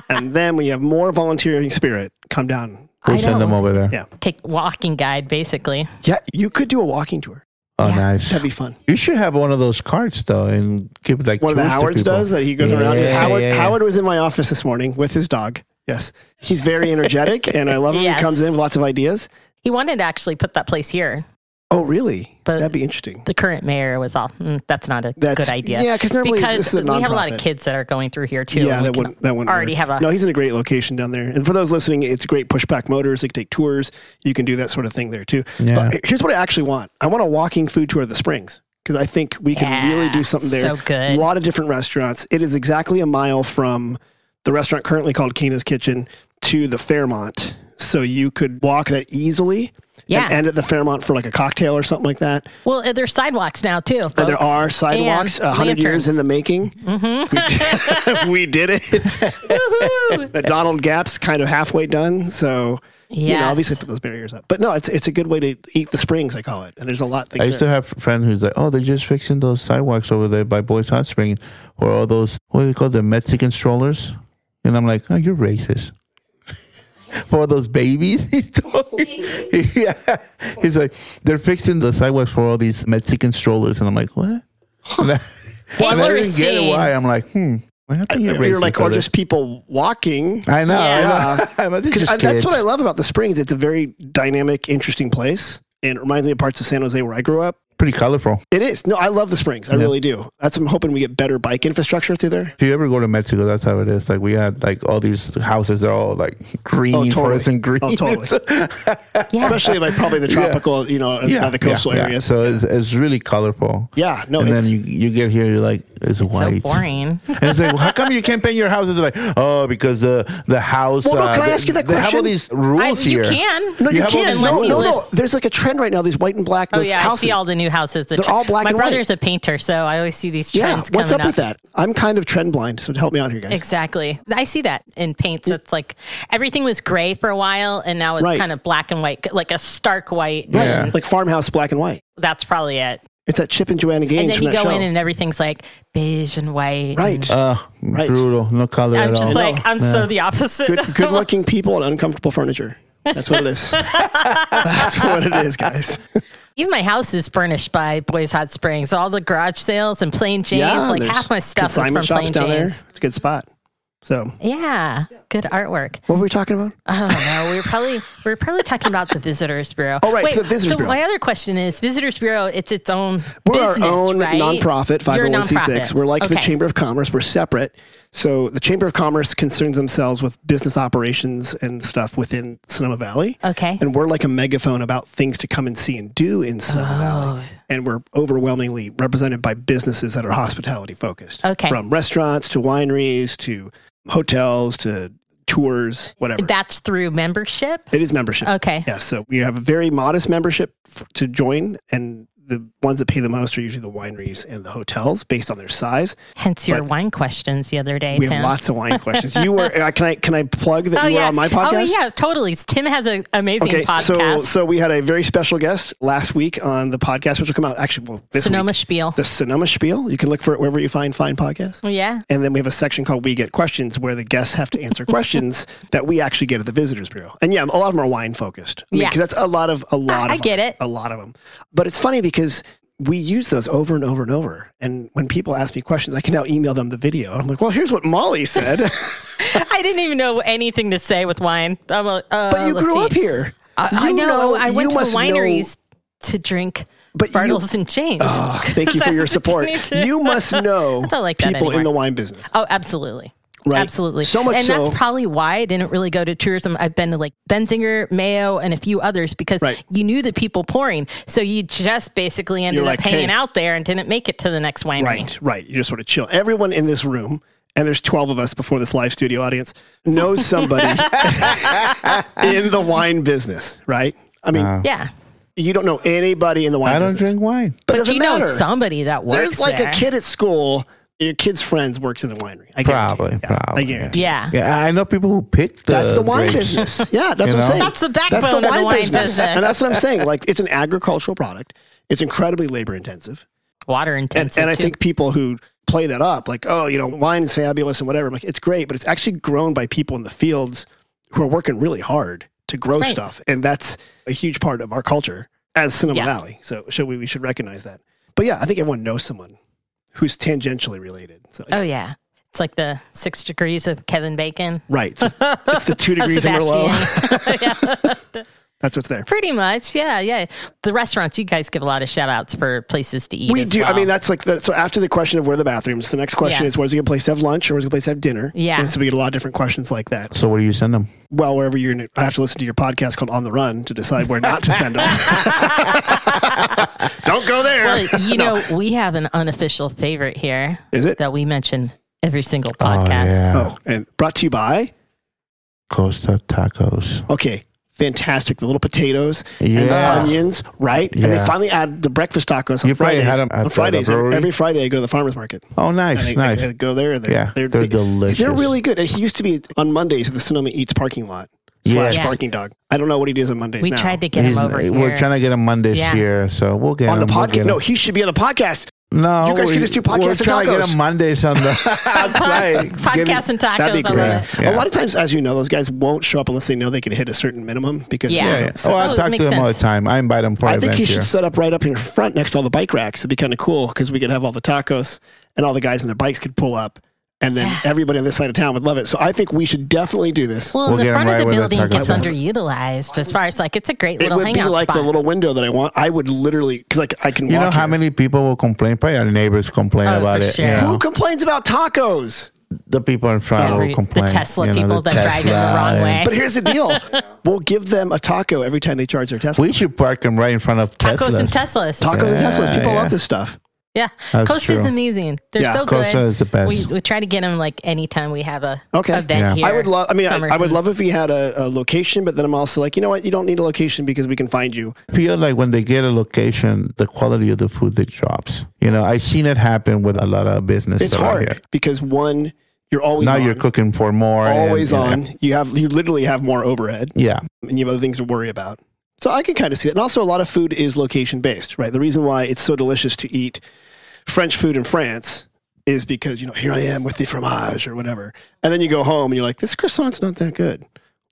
and then when you have more volunteering spirit, come down.
We'll
I
send
know.
them over there.
Yeah.
Take walking guide, basically.
Yeah, you could do a walking tour.
Oh,
Yeah.
nice.
That'd be fun.
You should have one of those carts though, and give like
One of the
tours to
Howards
people.
does that. He goes
Yeah,
around.
yeah,
Howard,
yeah, yeah.
Howard was in my office this morning with his dog. Yes, he's very energetic, and I love him.
Yes.
He comes in with lots of ideas.
He wanted to actually put that place here.
Oh, really?
But-
That'd be interesting.
The current mayor was all, mm, that's not a
That's
good idea.
Yeah, because normally
because
this is a
we have a lot of
nonprofit.
kids that are going through here too.
Yeah,
and we
that
can-
wouldn't. That wouldn't
already
work.
have a-
No, he's in a great location down there. And for those listening, it's great pushback motors. They can take tours. You can do that sort of thing there too.
Yeah.
But here's what I actually want. I want a walking food tour of the springs because I think we can
Yeah,
really do something there.
so good.
A lot of different restaurants. It is exactly a mile from the restaurant currently called Kina's Kitchen to the Fairmont. So you could walk that easily.
Yeah.
And end at the Fairmont for like a cocktail or something like that.
Well, uh, there's sidewalks now too.
And there
folks.
are sidewalks,
And
a hundred years
lanterns.
in the making. Mm-hmm. We, did, we did it.
Woohoo!
the Donald Gap's kind of halfway done, so you know, obviously
Yes.
put those barriers up. But no, it's it's a good way to eat the springs, I call it. And there's a lot of
I
things.
used to
There.
have a friend who's like, "Oh, they're just fixing those sidewalks over there by Boys Hot Spring, or all those what do they call the Mexican strollers?" And I'm like, "Oh, you're racist." For those babies, he told me. yeah. He's like, they're fixing the sidewalks for all these Mexican strollers, and I'm like, what? And I, and I didn't get
Interesting.
it why. I'm like, hmm. I think you're,
You're
racist
like,
for
or
that."
just people walking.
I know.
Yeah.
I know.
Because
Just
that's what I
kids.
love about the springs. It's a very dynamic, interesting place, and it reminds me of parts of San Jose where I grew up.
Pretty colorful.
It is. No, I love the springs. I
Yeah.
really do. That's I'm hoping we get better bike infrastructure through there.
If you ever go to Mexico, that's how it is. Like we had like all these houses, they're all like green,
Oh,
oh,
totally.
and green.
Oh, totally.
Yeah.
Especially like probably the tropical, you know, by the coastal
yeah, yeah.
areas.
So it's, it's really colorful.
Yeah, no,
and
it's,
then you, you get here, you're like, it's,
so
white.
boring. Oh,
And it's like, well, how come you can't paint your house? It's like, oh, because the the house.
Well, no, can I
they-
ask you that
They have all
question?
these rules
I- you
here.
can.
No, you,
have all
can't.
these
No,
Unless you
no,
rules.
live-
no. There's like a trend right now. These white and black.
Oh
those
yeah,
houses.
I see all the new houses. The
They're all black
My
and white.
brother's a painter, so I always see these
yeah.
trends.
What's up,
coming
with that? I'm kind of trend blind, so help me out here, guys.
Exactly. I see that in paints. It's like everything was gray for a while, and now it's
Right.
kind of black and white, like a stark white.
Right.
and
Yeah.
Like farmhouse black and white.
That's probably it.
It's that Chip and Joanna Gaines
And then
from
you
that
go
show.
in, and everything's like beige and white.
right.
Uh,
Right.
Brutal. No color
I'm
at all.
just like, I'm so the opposite.
good, good looking people and uncomfortable furniture. That's what it is. That's what it is, guys.
Even my house is furnished by Boys Hot Springs. All the garage sales and Plain Jane's, like
there's
half my stuff is from
consignment shops
Plain
down there.
Jane's.
It's a good spot. So,
Yeah, good artwork.
what were we talking about?
I don't know. We were probably we were probably talking about the Visitors Bureau.
Oh, right, so the Visitors
so
Bureau.
my other question is, Visitors Bureau, it's its own
We're
business,
our own
right?
nonprofit,
You're a
501c6.
nonprofit.
We're like the
Okay.
Chamber of Commerce. We're separate. So the Chamber of Commerce concerns themselves with business operations and stuff within Sonoma Valley.
Okay.
And we're like a megaphone about things to come and see and do in Sonoma
Oh.
Valley. And we're overwhelmingly represented by businesses that are hospitality focused.
Okay.
From restaurants to wineries to hotels to tours, whatever.
That's through membership.
It is membership.
Okay.
Yeah. So we have a very modest membership f- to join, and the ones that pay the most are usually the wineries and the hotels based on their size.
Hence your
But-
wine questions the other day.
We have
Tim.
lots of wine questions. You were uh, can I can I plug that
Oh
you were
yeah.
on my podcast?
Oh yeah, totally. Tim has an amazing
Okay,
podcast.
so so we had a very special guest last week on the podcast, which will come out actually well this
Sonoma
week.
Spiel.
The Sonoma Spiel. You can look for it wherever you find fine podcasts.
yeah.
And then we have a section called We Get Questions where the guests have to answer questions that we actually get at the Visitors Bureau. And yeah, a lot of them are wine focused. I mean,
Yeah.
'cause that's a lot of, a lot
I
of
get
them.
it.
A lot of them. But it's funny because we use those over and over and over. And when people ask me questions, I can now email them the video. I'm like, well, here's what Molly said.
I didn't even know anything to say with wine. I'm a- uh,
but you
let's
grew
see.
up here.
I
You
know. I
you
went to the
must know-
wineries to drink
But you-
Bartles and James.
Oh, thank you for your
As a
support.
teenager.
You must know
don't like that
people in
anymore.
the wine business.
Oh, absolutely.
Right.
Absolutely.
So much
and
so-
that's probably why I didn't really go to tourism. I've been to like Benzinger, Mayo, and a few others because
Right.
you knew the people pouring. So you just basically ended
You're
up
like,
hanging
hey.
out there and didn't make it to the next winery.
Right, right. You just sort of chill. Everyone in this room, and there's 12 of us before this live studio audience, knows somebody in the wine business, right? I mean,
Yeah.
you don't know anybody in the wine
I don't
business.
drink wine.
but, it
But
doesn't
you
matter.
know somebody that works
there's like
there.
a kid at school, your kid's friends works in the winery. I guarantee
Probably,
it. Yeah,
probably,
I guarantee. it.
Yeah.
Yeah, I know people who pick the.
That's the wine
grapes.
business. Yeah, that's
You
what I'm
know?
saying.
That's the backbone of the wine business.
and that's what I'm saying. Like, it's an agricultural product. It's incredibly labor intensive.
Water
and,
intensive.
and I
too.
think people who play that up, like, oh, you know, wine is fabulous and whatever. I'm like, it's great, but it's actually grown by people in the fields who are working really hard to grow
Right.
stuff, and that's a huge part of our culture as Cinema
Yeah.
Valley. So should we we should recognize that. But yeah, I think everyone knows someone who's tangentially related. So
Oh yeah. It's like the six degrees of Kevin Bacon. Oh,
right, so it's the two degrees of Merlot.
Sebastian. Yeah.
That's what's there.
Pretty much, yeah, yeah. The restaurants, you guys give a lot of shout outs for places to eat.
We
as
do. I
well.
mean, that's like the, so. After the question of where are the bathrooms, the next question
Yeah.
is where's a good place to have lunch or where's a good place to have dinner.
Yeah.
And so we get a lot of different questions like that.
So where do you send them?
Well, wherever you're, gonna- I have to listen to your podcast called On the Run to decide where not to send them. Don't go there.
Well, you know, we have an unofficial favorite here
Is it?
that we mention every single podcast.
yeah.
Oh, and brought to you by.
Costa Tacos.
Okay, fantastic. The little potatoes and the
Yeah.
onions, right? And they
Yeah.
finally add the breakfast tacos on
You probably
Fridays.
had 'em at
on
the
Fridays, every,
brewery.
every Friday, I go to the farmers market.
Oh,
I
nice,
think
nice.
I go there. They're,
Yeah, they're delicious.
They're really good. It used to be on Mondays at the Sonoma Eats parking lot slash
Yes.
parking dog. I don't know what he does on Mondays.
We
now.
tried to get
He's- uh,
him over here.
We're trying to get him Mondays
Yeah.
here, so we'll get
on the
him. we'll
podcast.
get
no,
him.
he should be on the podcast.
no,
you guys can
we-
just do
We're
podcasts and
trying to
tacos.
get him Mondays on the outside.
Podcasts and tacos.
That'd be
I
great.
love it.
Yeah.
A lot of times, as you know, those guys won't show up unless they know they can hit a certain minimum because
Yeah.
Yeah, yeah. Oh,
I,
Oh,
I
it
talk to
makes
them all the
sense.
time. I invite them for
think
events
he should
here.
set up right up in front next to all the bike racks. It'd be kind of cool because we could have all the tacos and all the guys on their bikes could pull up, and then
Yeah.
everybody on this side of town would love it. So I think we should definitely do this.
Well,
We'll
the
get him
front
right
of the
where the
building
tacos
gets
are.
underutilized as far as like it's a great
it
little
would be
hangout
like
spot.
the little window that I want. I would literally because like I can.
You know
walk
how
here.
many people will complain? Probably our neighbors complain
Oh,
about
for
it.
sure.
You
Who
know?
Who complains about tacos?
The people in front
Yeah.
will
the
complain.
Tesla
uh, you know,
people
the
that drive in the
Tesla
wrong
and-
way.
But here's the deal: we'll give them a taco every time they charge their Tesla.
We should park them right in front of
Tacos
Teslas.
and Teslas.
tacos and Teslas.
Yeah,
People
yeah.
love this stuff.
yeah.
That's
Costa's
true.
amazing. They're
Yeah.
so good.
Costa is the best.
We, we try to get him like anytime we have a
Okay.
event
Yeah.
here.
I would love. I mean, I, I would
Summersons.
love if he had a, a location, but then I'm also like, you know what? You don't need a location because we can find you.
feel like when they get a location, the quality of the food that drops. You know, I've seen it happen with a lot of businesses.
It's hard because one, you're always
Now
on,
you're cooking for more. and-
always
and-
on. You have you literally have more overhead,
Yeah.
and you have other things to worry about. So I can kind of see that. And also, a lot of food is location based, right? The reason why it's so delicious to eat French food in France is because you know here I am with the fromage or whatever, and then you go home and you're like, this croissant's not that good.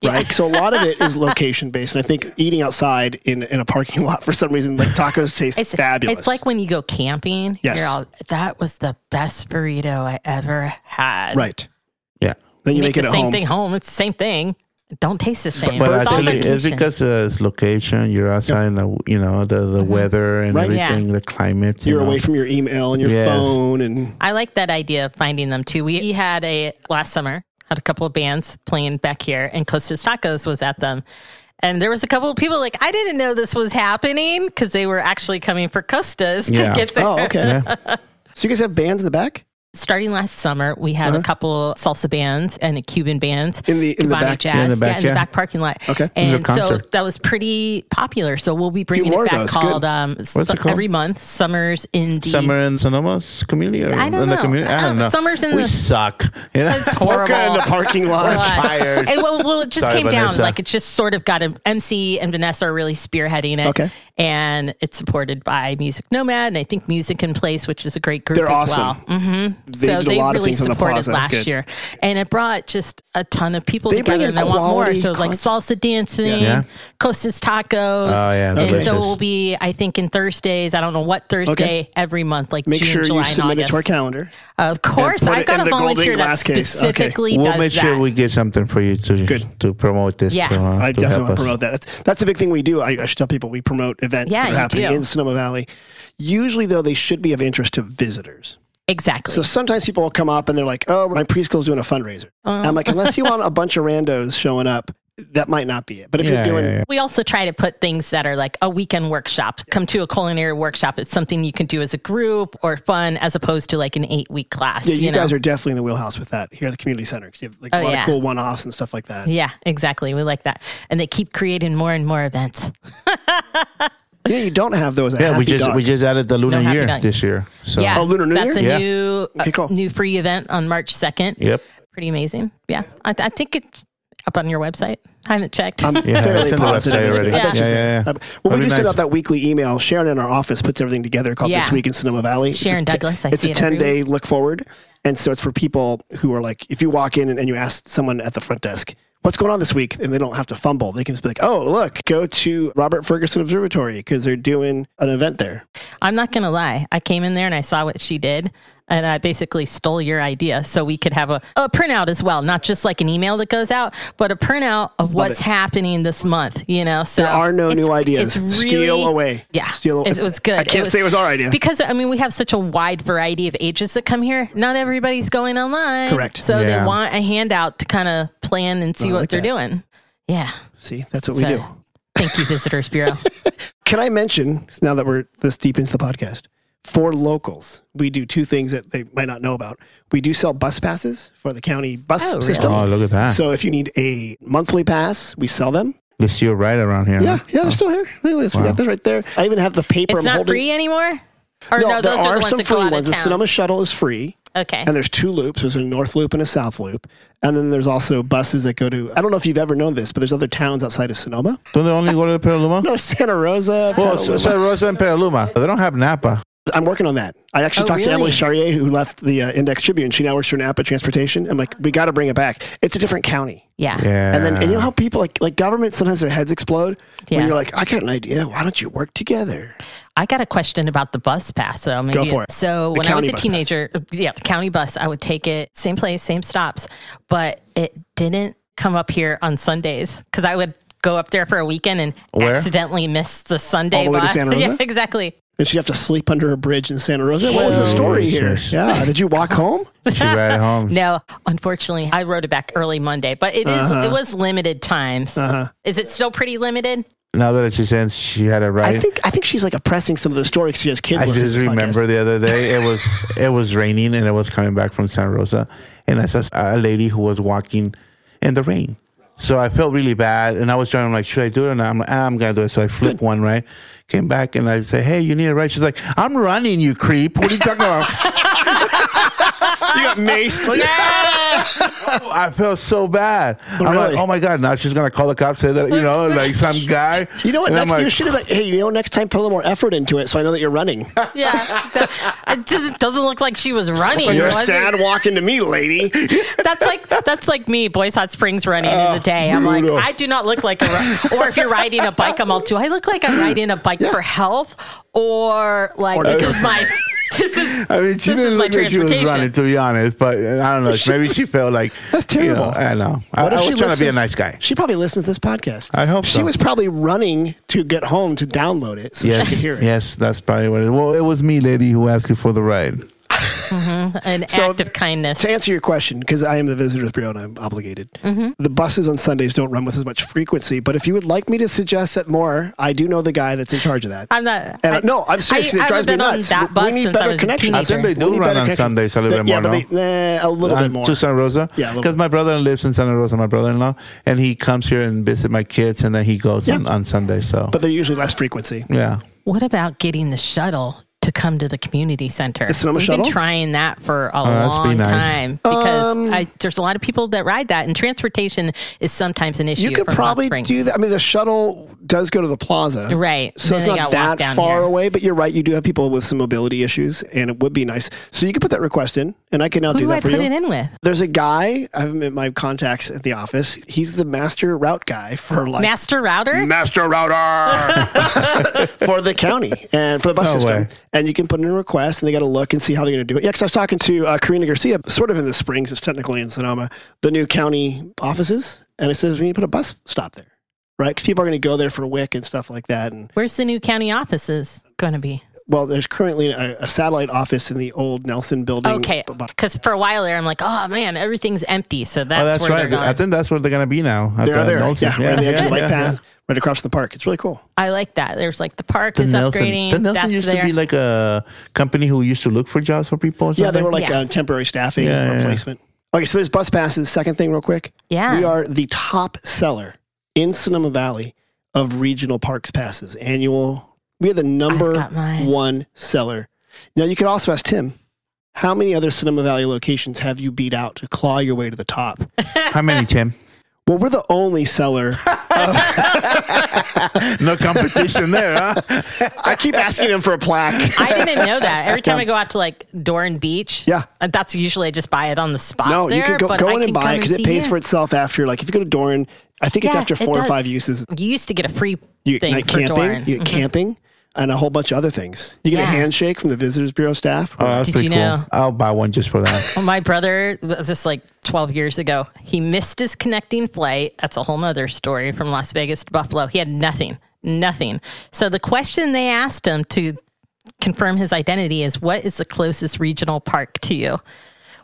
Right. So a lot of it is location based. And I think eating outside in, in a parking lot for some reason, like tacos taste
It's
fabulous.
It's like when you go camping.
Yes.
You're all, that was the best burrito I ever had.
Right.
Yeah.
Then you
make,
make, it
the
at
same
home.
thing home. It's the same thing. It Don't taste the same.
But
it's
actually,
all
it's
vacation.
because uh, it's location. You're outside, and the, you know, the, the weather and
Right.
Mm-hmm. Yeah.
everything, the climate. you
You're
know.
away from your email and your
Yes.
phone and
I like that idea of finding them too. We, we had a last summer had a couple of bands playing back here, and Costa's Tacos was at them. And there was a couple of people like I didn't know this was happening because they were actually coming for Costa's to
Yeah.
get there.
Oh, okay.
Yeah.
So you guys have bands in the back?
Starting last summer, we had a couple salsa bands and a Cuban band
Uh-huh. In the- in the
Cubano
back-
jazz,
Yeah, in the back,
yeah, in the
yeah.
back parking lot.
Okay.
and
It was a
so
concert.
that was pretty popular. So we'll be bringing
wore
it back
those. Good.
called um
What's it called?
every month. Summers in the
Summer in Sonoma's community? Or
I don't
in
know.
The community?
I
I
don't-
don't know.
summer's in
we
the-
suck. You know?
It's horrible.
Orca in the parking lot.
But-
tired.
And, well, well, it just
Sorry,
came down.
Vanessa.
Like it just sort of got an MC and Vanessa are really spearheading it.
Okay.
And it's supported by Music Nomad and I think Music in Place, which is a great group
They're
as
awesome.
well. Mm-hmm.
They
so
did a
they
lot of
really
things on the
supported
plaza.
last
Good.
year. And it brought just a ton of people
They bring
together and
in
they want more.
quality
So like salsa dancing,
Yeah.
Costa's tacos.
Oh, yeah,
And
delicious.
so we'll be, I think, in Thursdays, I don't know what Thursday every month, like
Make
June,
sure
July,
you submit
and
it
August.
to our calendar.
Of course,
put
I've
it
got
in
a
the golden
volunteer that
glass case. Okay.
specifically
We'll
does
make
that.
sure we get something for you to
Good.
to promote this.
Yeah.
to, uh,
I
to
definitely
help
want
us.
to promote that. That's, that's the big thing we do. I, I should tell people we promote events
Yeah,
that
you
are happening
do.
in Sonoma Valley. Usually, though, they should be of interest to visitors.
exactly.
So sometimes people will come up and they're like, oh, my preschool's doing a fundraiser. I'm
Oh.
like, unless you want a bunch of randos showing up, that might not be it. But if
Yeah,
you're doing
yeah, yeah.
we also try to put things that are like a weekend workshop. Come to a culinary workshop. It's something you can do as a group or fun, as opposed to like an eight week class.
Yeah, you,
you, know?
guys are definitely in the wheelhouse with that here at the community center because you have like
Oh,
a lot
yeah.
of cool one-offs and stuff like that.
yeah, exactly. We like that, and they keep creating more and more events.
You know, you don't have those. At
Yeah, we
Happy
just
Dog.
we just added the lunar
Happy
year
Dog.
this year. So
yeah,
Oh, Lunar New
that's
Year?
a
Yeah.
new uh,
Okay, cool.
new free event on March second.
Yep.
Oh.
Pretty amazing. Yeah, I, I think it's up on your website. I haven't checked.
I'm
Yeah, it's
fairly
in the
positive.
website
it's-
already.
I bet
Yeah.
you
Yeah,
said-
yeah, yeah.
uh, Well, we
That'd be
do send
nice.
out that weekly email. Sharon in our office puts everything together called This
Yeah.
Week in Sonoma Valley. It's a
Sharon
te-
Douglas, I
It's
see
a
it every
10 day look forward. And so it's for people who are like, if you walk in and, and you ask someone at the front desk, what's going on this week? And they don't have to fumble. They can just be like, oh, look, go to Robert Ferguson Observatory because they're doing an event there.
I'm not gonna lie. I came in there and I saw what she did, and I basically stole your idea so we could have a, a printout as well, not just like an email that goes out, but a printout of what's
it.
happening this month. You know, so
There are no
it's-
new ideas.
it's really-
Steal away.
Yeah,
Steal
It was good.
I can't say it was our idea.
because I mean we have such a wide variety of ages that come here. Not everybody's going online,
Correct.
So they
Yeah.
want a handout to kind of plan and see
I
what
like
they're
that.
doing. Yeah,
See, that's what
So,
we do.
Thank you, Visitors Bureau.
Can I mention, now that we're this deep into the podcast, for locals, we do two things that they might not know about. We do sell bus passes for the county bus
Oh, really?
system.
Oh, look at that.
So if you need a monthly pass, we sell them.
Let's see you right around here.
Yeah,
huh?
yeah, they're still here. Look at this. We
Oh. Wow.
got this right there. I even have the paper
it's
I'm
not
holding.
free anymore. Or no,
there
those are,
are
the ones
some
that
free
go out
ones.
of
The
town.
Sonoma shuttle is free.
okay.
And there's two loops. There's a north loop and a south loop. And then there's also buses that go to, I don't know if you've ever known this, but there's other towns outside of Sonoma.
Don't they only go to Petaluma? Oh,
No, Santa Rosa.
Well,
Petaluma.
S- Santa Rosa and Petaluma. They don't have Napa.
I'm working on that. I actually
Oh,
talked to
really?
Emily Charrier, who left the uh, Index Tribune. She now works for Napa Transportation. I'm like, we got to bring it back. It's a different county.
Yeah.
Yeah.
And then, and you know how people like like government sometimes their heads explode
Yeah.
when you're like, I got an idea. Why don't you work together?
I got a question about the bus pass. So maybe
for it.
So
The
when I was
county
a
bus pass.
teenager, yeah, the county bus, I would take it same place, same stops, but it didn't come up here on Sundays because I would go up there for a weekend and
Where?
accidentally miss the Sunday
All the way to
bus.
Santa Rosa?
yeah, exactly.
And she'd have to sleep under a bridge in Santa Rosa. What was the
Whoa.
story here?
Jesus.
Yeah. Did you walk home?
she ride home.
No, unfortunately, I wrote it back early Monday, but it is
Uh-huh.
it was limited times. Is it still pretty limited?
Now that she's saying she had it right.
I think I think she's like oppressing some of the story because she has kids.
I
listening to
just
this podcast.
remember the other day it was it was raining and I was coming back from Santa Rosa and I saw a lady who was walking in the rain. So I felt really bad and I was trying I'm like, should I do it or not? I'm like, ah, I'm gonna do it. So I flipped one, right? Came back and I say, Hey, you need a ride? She's like, I'm running, you creep. What are you talking about?
you got maced. Like,
I felt so bad. I'm
really?
like, oh my god, now she's gonna call the cops, say that you know, like some guy.
You know what?
And
Next,
I'm
you
like,
should have. Like, hey, you know, next time put a little more effort into it, so I know that you're running.
Yeah. So, it just doesn't look like she was running.
You're
was it?
sad walking to me, lady.
That's like that's like me, Boys Hot Springs running
Ah,
in the day. I'm like,
brutal.
I do not look like a. Ru- or if you're riding a bike, I'm all, do I look like I'm riding a bike for health, or like
Or
this
no.
is my this is
I mean, she
this is
didn't
my
look like she was
transportation.
running, to be honest. But uh, I don't know. Maybe she felt like
That's
You
terrible.
know, I know. I, I
What if
was
she
trying to be a
listens-
nice guy.
She probably listens to this podcast.
I hope
she
so.
was probably running to get home to download it so she could
Yes,
hear it.
yes, that's probably what it. Well, it was me, lady, who asked you for the ride.
An
So,
act of kindness.
To answer your question, because I am the visitors bureau and I'm obligated,
Mm-hmm.
the buses on Sundays don't run with as much frequency. But if you would like me to suggest that more, I do know the guy that's in charge of that.
I'm not.
And, uh, no, I'm serious.
I,
it
I
drives
haven't
me
been
nuts.
on
We-
that bus
we need
since I
better
was a
connection.
teenager.
I think they
We
do
need
run
better
on
connection.
Sundays a little
The-
bit more.
Yeah,
no?
but they, nah, a little
Uh,
bit more.
to Santa Rosa.
Yeah, a little
because
bit.
my brother lives in Santa Rosa, my brother-in-law, and he comes here and visit my kids, and then he goes on, on Sunday. So,
but they're usually less frequency.
yeah,
What about getting the shuttle to come to the community center?
Sonoma
We've
shuttle? Um,
been trying that for a
that'd be
long
Oh, nice.
time because I, there's a lot of people that ride that, and transportation is sometimes an issue.
You could
for Hot
probably
Springs.
do that. I mean, the shuttle does go to the plaza.
Right.
So
Then
it's
they
not
gotta walk
that
down
far
here.
away, but you're right. You do have people with some mobility issues, and it would be nice. So you could put that request in, and I can now
Who
do
do
that
I
for
put
you.
it in with?
There's a guy, I have him at my contacts at the office. He's the master route guy for like
Master router?
master router for the county and for the bus
No
system.
way.
And you can put in a request and they got to look and see how they're going to do it. Yeah, because I was talking to uh, Karina Garcia, sort of in the Springs, it's technically in Sonoma, the new county offices. And it says we need to put a bus stop there, right? Because people are going to go there for WIC and stuff like that. And
Where's the new county offices going to be?
well, there's currently a, a satellite office in the old Nelson building.
Okay,
Bu- bu-
because for a while there, I'm like, oh man, everything's empty. So that's,
oh, that's
where
right.
they're
I
going.
think that's where they're gonna be now. at
They're
the
there.
Nelson.
Yeah, right on the edge of the bike
yeah, yeah.
path, right across the park. It's really cool.
I like that. There's like the park is upgrading.
The Nelson
that's
used
there.
to be like a company who used to look for jobs for people. or
Yeah, they
something.
were like
Yeah.
uh, temporary staffing
Yeah, yeah, yeah.
replacement. Okay, so there's bus passes. Second thing, real quick.
Yeah.
We are the top seller in Sonoma Valley of regional parks passes. Annual. We are the number
got mine.
one seller. Now, you could also ask Tim, how many other Sonoma Valley locations have you beat out to claw your way to the top?
how many, Tim?
Well, we're the only seller.
No competition there, huh?
I keep asking them for a plaque.
I didn't know that. Every time I go out to like Doran Beach,
Yeah.
uh, that's usually I just buy it on the spot.
No, you
there,
can go,
but
go
I
in and
come
buy it because it
see
pays
you.
for itself after. Like if you go to Doran, I think it's
Yeah,
after
it
four or
does.
five uses.
You used to get a free
You get
thing
night
for
camping,
Doran.
you get camping, and a whole bunch of other things. You get a
Yeah.
handshake from the visitors bureau staff.
Oh, that's
Did
pretty
you
cool.
know-
I'll buy one just for that.
Mm-hmm. My brother, this is like 12 years ago, he missed his connecting flight. That's a whole nother story from Las Vegas to Buffalo. He had nothing, nothing. So the question they asked him to confirm his identity is what is the closest regional park to you?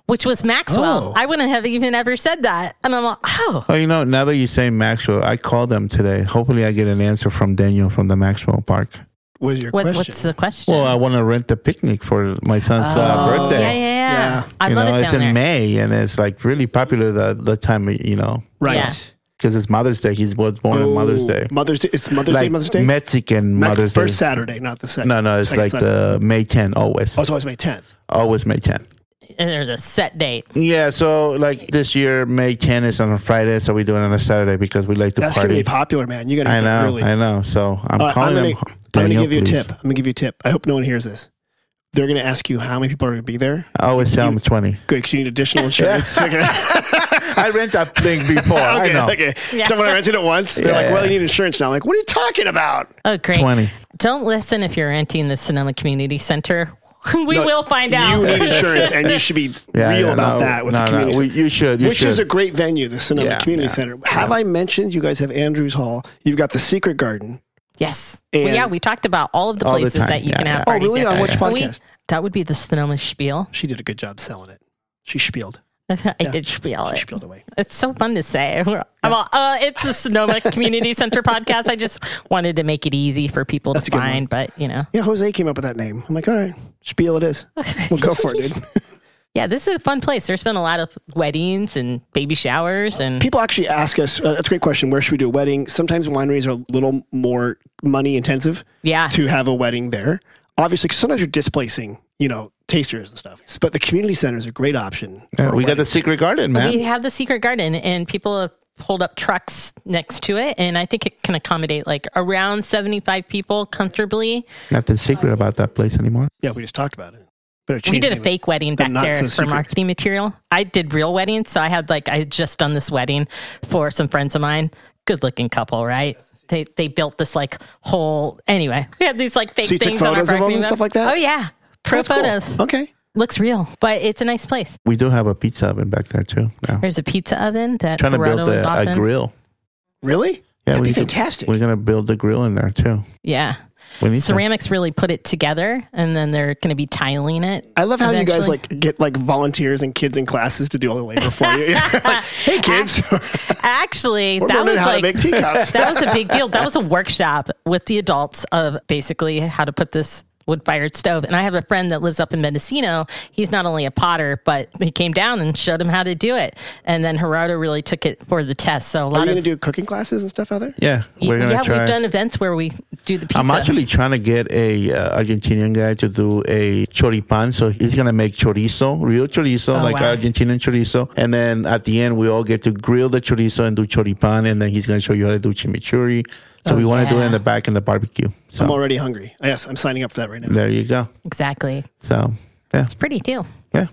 Which was Maxwell.
Oh.
I wouldn't have even ever said that. And I'm like, oh,
oh, you know, now that you say Maxwell, I called them today. Hopefully, I get an answer from Daniel from the Maxwell Park.
was your
what,
question?
what's the question?
Well, I want to rent a picnic for my son's uh, birthday.
Oh, yeah, yeah, yeah.
Yeah.
I
you
love
know,
it
it's
down
in
there.
May, and it's like really popular the the time you know
right.
Yeah.
because it's Mother's Day. He's was born on Uh, Mother's Day,
Mother's Day. It's Mother's Day.
like
Mother's Day.
Mexican
Next-
Mother's Day.
first Saturday, not the second.
No, no, it's
second
like the
Saturday.
May 10 always,
Oh, it's always May 10th.
always May 10.
And there's a set date.
Yeah, so like this year May 10 is on a Friday, so we do it on a Saturday because we like to
That's gonna
party.
be popular, man. You're gonna
I
have
know,
to really.
I know. So I'm
Uh, I'm
calling
gonna,
him.
I'm gonna
Daniel,
give you a
please.
tip. I'm gonna give you a tip. I hope no one hears this. They're gonna ask you how many people are gonna be there.
I always tell him 20.
Good, because you need additional insurance. okay.
I rent that thing before. I
okay,
know.
okay. Someone I rented it once. They're
Yeah,
like,
yeah.
"Well, you need insurance now." I'm like, "What are you talking about?"
Oh, great.
20.
Don't listen if you're renting the Sonoma Community Center. we
No,
will find out.
You need insurance, and you should be
Yeah,
real
yeah,
about
no,
that with
no,
the
no,
community.
we-
center.
you should, you
which is
should.
a great venue, the Sonoma
Yeah,
Community
yeah,
Center. Have I mentioned you guys have Andrews Hall? You've got the Secret Garden.
Yes.
And-
well, yeah, we talked about all of the
All the
places
time,
that you
yeah,
can have
yeah.
Oh,
parties.
really?
at.
On which
But we-
podcast?
that would be the Sonoma Spiel.
She did a good job selling it. She spieled.
I did spiel
She
it.
spieled away.
It's so fun to say. Well, uh, it's the Sonoma Community Center podcast. I just wanted to make it easy for people
That's
to
a good one.
find, but you know,
Yeah, Jose came up with that name. I'm like, all right, spiel it is. We'll go for it, dude.
yeah, this is a fun place. There's been a lot of weddings and baby showers, and
People actually ask us. Uh, that's a great question. Where should we do a wedding? Sometimes wineries are a little more money intensive.
Yeah.
To have a wedding there, obviously, 'cause sometimes you're displacing, you know, tasters and stuff. But the community center is a great option. for
Yeah,
a
we got
wedding.
the secret garden, man.
we have the secret garden, and people have pulled up trucks next to it, and I think it can accommodate like around 75 people comfortably.
Nothing secret about that place anymore.
Yeah, we just talked about it. But it
We
changed
did a
anyway.
fake wedding
The
back
not so
there for
secret.
marketing material. I did real weddings, so I had like I had just done this wedding for some friends of mine. Good looking couple, right? They they built this like whole anyway. We had these like fake
So you took
things on our
photos of them
marketing
and
web.
stuff like that?
Oh yeah, pro
That's cool.
photos
Okay.
looks real, but it's a nice place.
We do have a pizza oven back there too. Now.
There's a pizza oven that
Trying to
Gerardo
build
is
a, a
often-
grill.
Really?
Yeah,
That'd
we
be
could-
fantastic.
We're gonna build the grill in there too.
Yeah.
We need to-
Ceramics really put it together, and then they're going to be tiling it.
I love how you guys
eventually.
like get like volunteers and kids in classes to do all the labor for you. You're like, hey kids,
Actually,
we're
that
learning
was
how to
like
make teacups.
that was a big deal. That was a workshop with the adults of basically how to put this wood fired stove. And I have a friend that lives up in Mendocino. He's not only a potter, but he came down and showed him how to do it. And then Gerardo really took it for the test. So a
Are you
lot
gonna
of
do cooking classes and stuff out there?
yeah, we're gonna
yeah,
try.
we've done events where we do the pizza.
I'm actually trying to get a uh, Argentinian guy to do a choripan, so he's gonna make chorizo, real chorizo,
Oh,
like
wow.
Argentinian chorizo, and then at the end we all get to grill the chorizo and do choripan, and then he's gonna show you how to do chimichurri. So
Oh,
we want to do it
yeah.
in the back in the barbecue. So
I'm already hungry. Yes, I'm signing up for that right now.
there you go.
exactly
So yeah,
pretty deal.
yeah.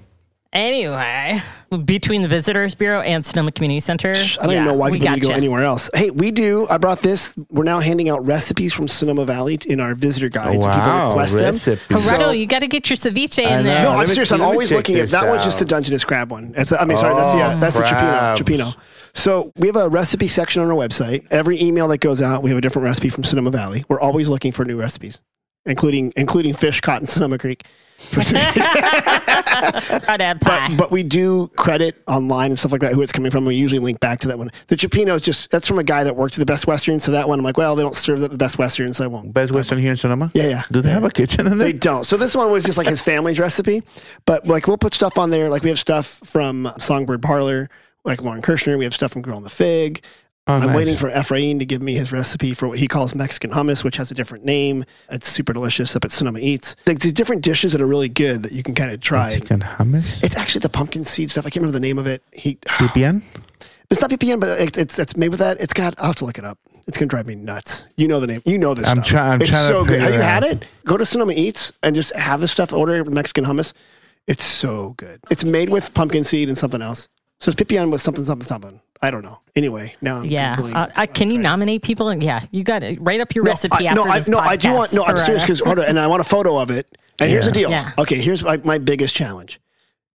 Anyway, between the Visitors Bureau and Sonoma Community Center,
I don't
yeah,
even know why
we
people need to go
gotcha.
anywhere else. Hey, we do. I brought this. We're now handing out recipes from Sonoma Valley in our visitor guides. and
Wow,
people request them.
recipes.
Gerardo,
So-
you got to get your ceviche in
I
there.
know.
no,
Let
I'm
me-
serious.
let
I'm
me
always
check
looking at
this
that one's just the
out.
Dungeness crab one. That's the, I mean, sorry, that's the
Oh,
uh, that's
crabs.
the Chipino. Chipino. So we have a recipe section on our website. Every email that goes out, we have a different recipe from Sonoma Valley. We're always looking for new recipes, including including fish caught in Sonoma Creek.
Try to have pie.
But we do credit online and stuff like that who it's coming from. We usually link back to that one. The Chipino is just that's from a guy that worked at the Best Western. So that one, I'm like, well, they don't serve at the Best Western, so I won't.
Best Western here in Sonoma.
Yeah, yeah.
Do they have a kitchen in there?
They don't. So this one was just like his family's recipe, but like we'll put stuff on there. Like we have stuff from Songbird Parlor, like Lauren Kirshner. We have stuff from Girl on the Fig.
Oh,
I'm
nice.
waiting for Efrain to give me his recipe for what he calls Mexican hummus, which has a different name. It's super delicious up at Sonoma Eats. Like these different dishes that are really good that you can kind of try.
chicken hummus.
It's actually the pumpkin seed stuff. I can't remember the name of it. He
VPN.
It's not VPN, but it's it's, it's made with that. It's got. I'll have to look it up. It's gonna drive me nuts. You know the name. You know this.
I'm
stuff.
try- I'm
it's
trying to
so good.
figure
Have you
it
had
out.
it? Go to Sonoma Eats and just have the stuff. Order Mexican hummus. It's so good. It's made with pumpkin seed and something else. So it's pipion with something something something. I don't know. Anyway, now I'm
Yeah.
Googling.
Uh, I, can you
Right.
nominate people? And yeah, you got to write up your recipe
I,
after
no, I,
this
no, I do
podcast,
want. No, I'm
or,
serious
uh,
because order, and I want a photo of it. And here's the
Yeah.
deal.
Yeah.
Okay, here's my, my biggest challenge: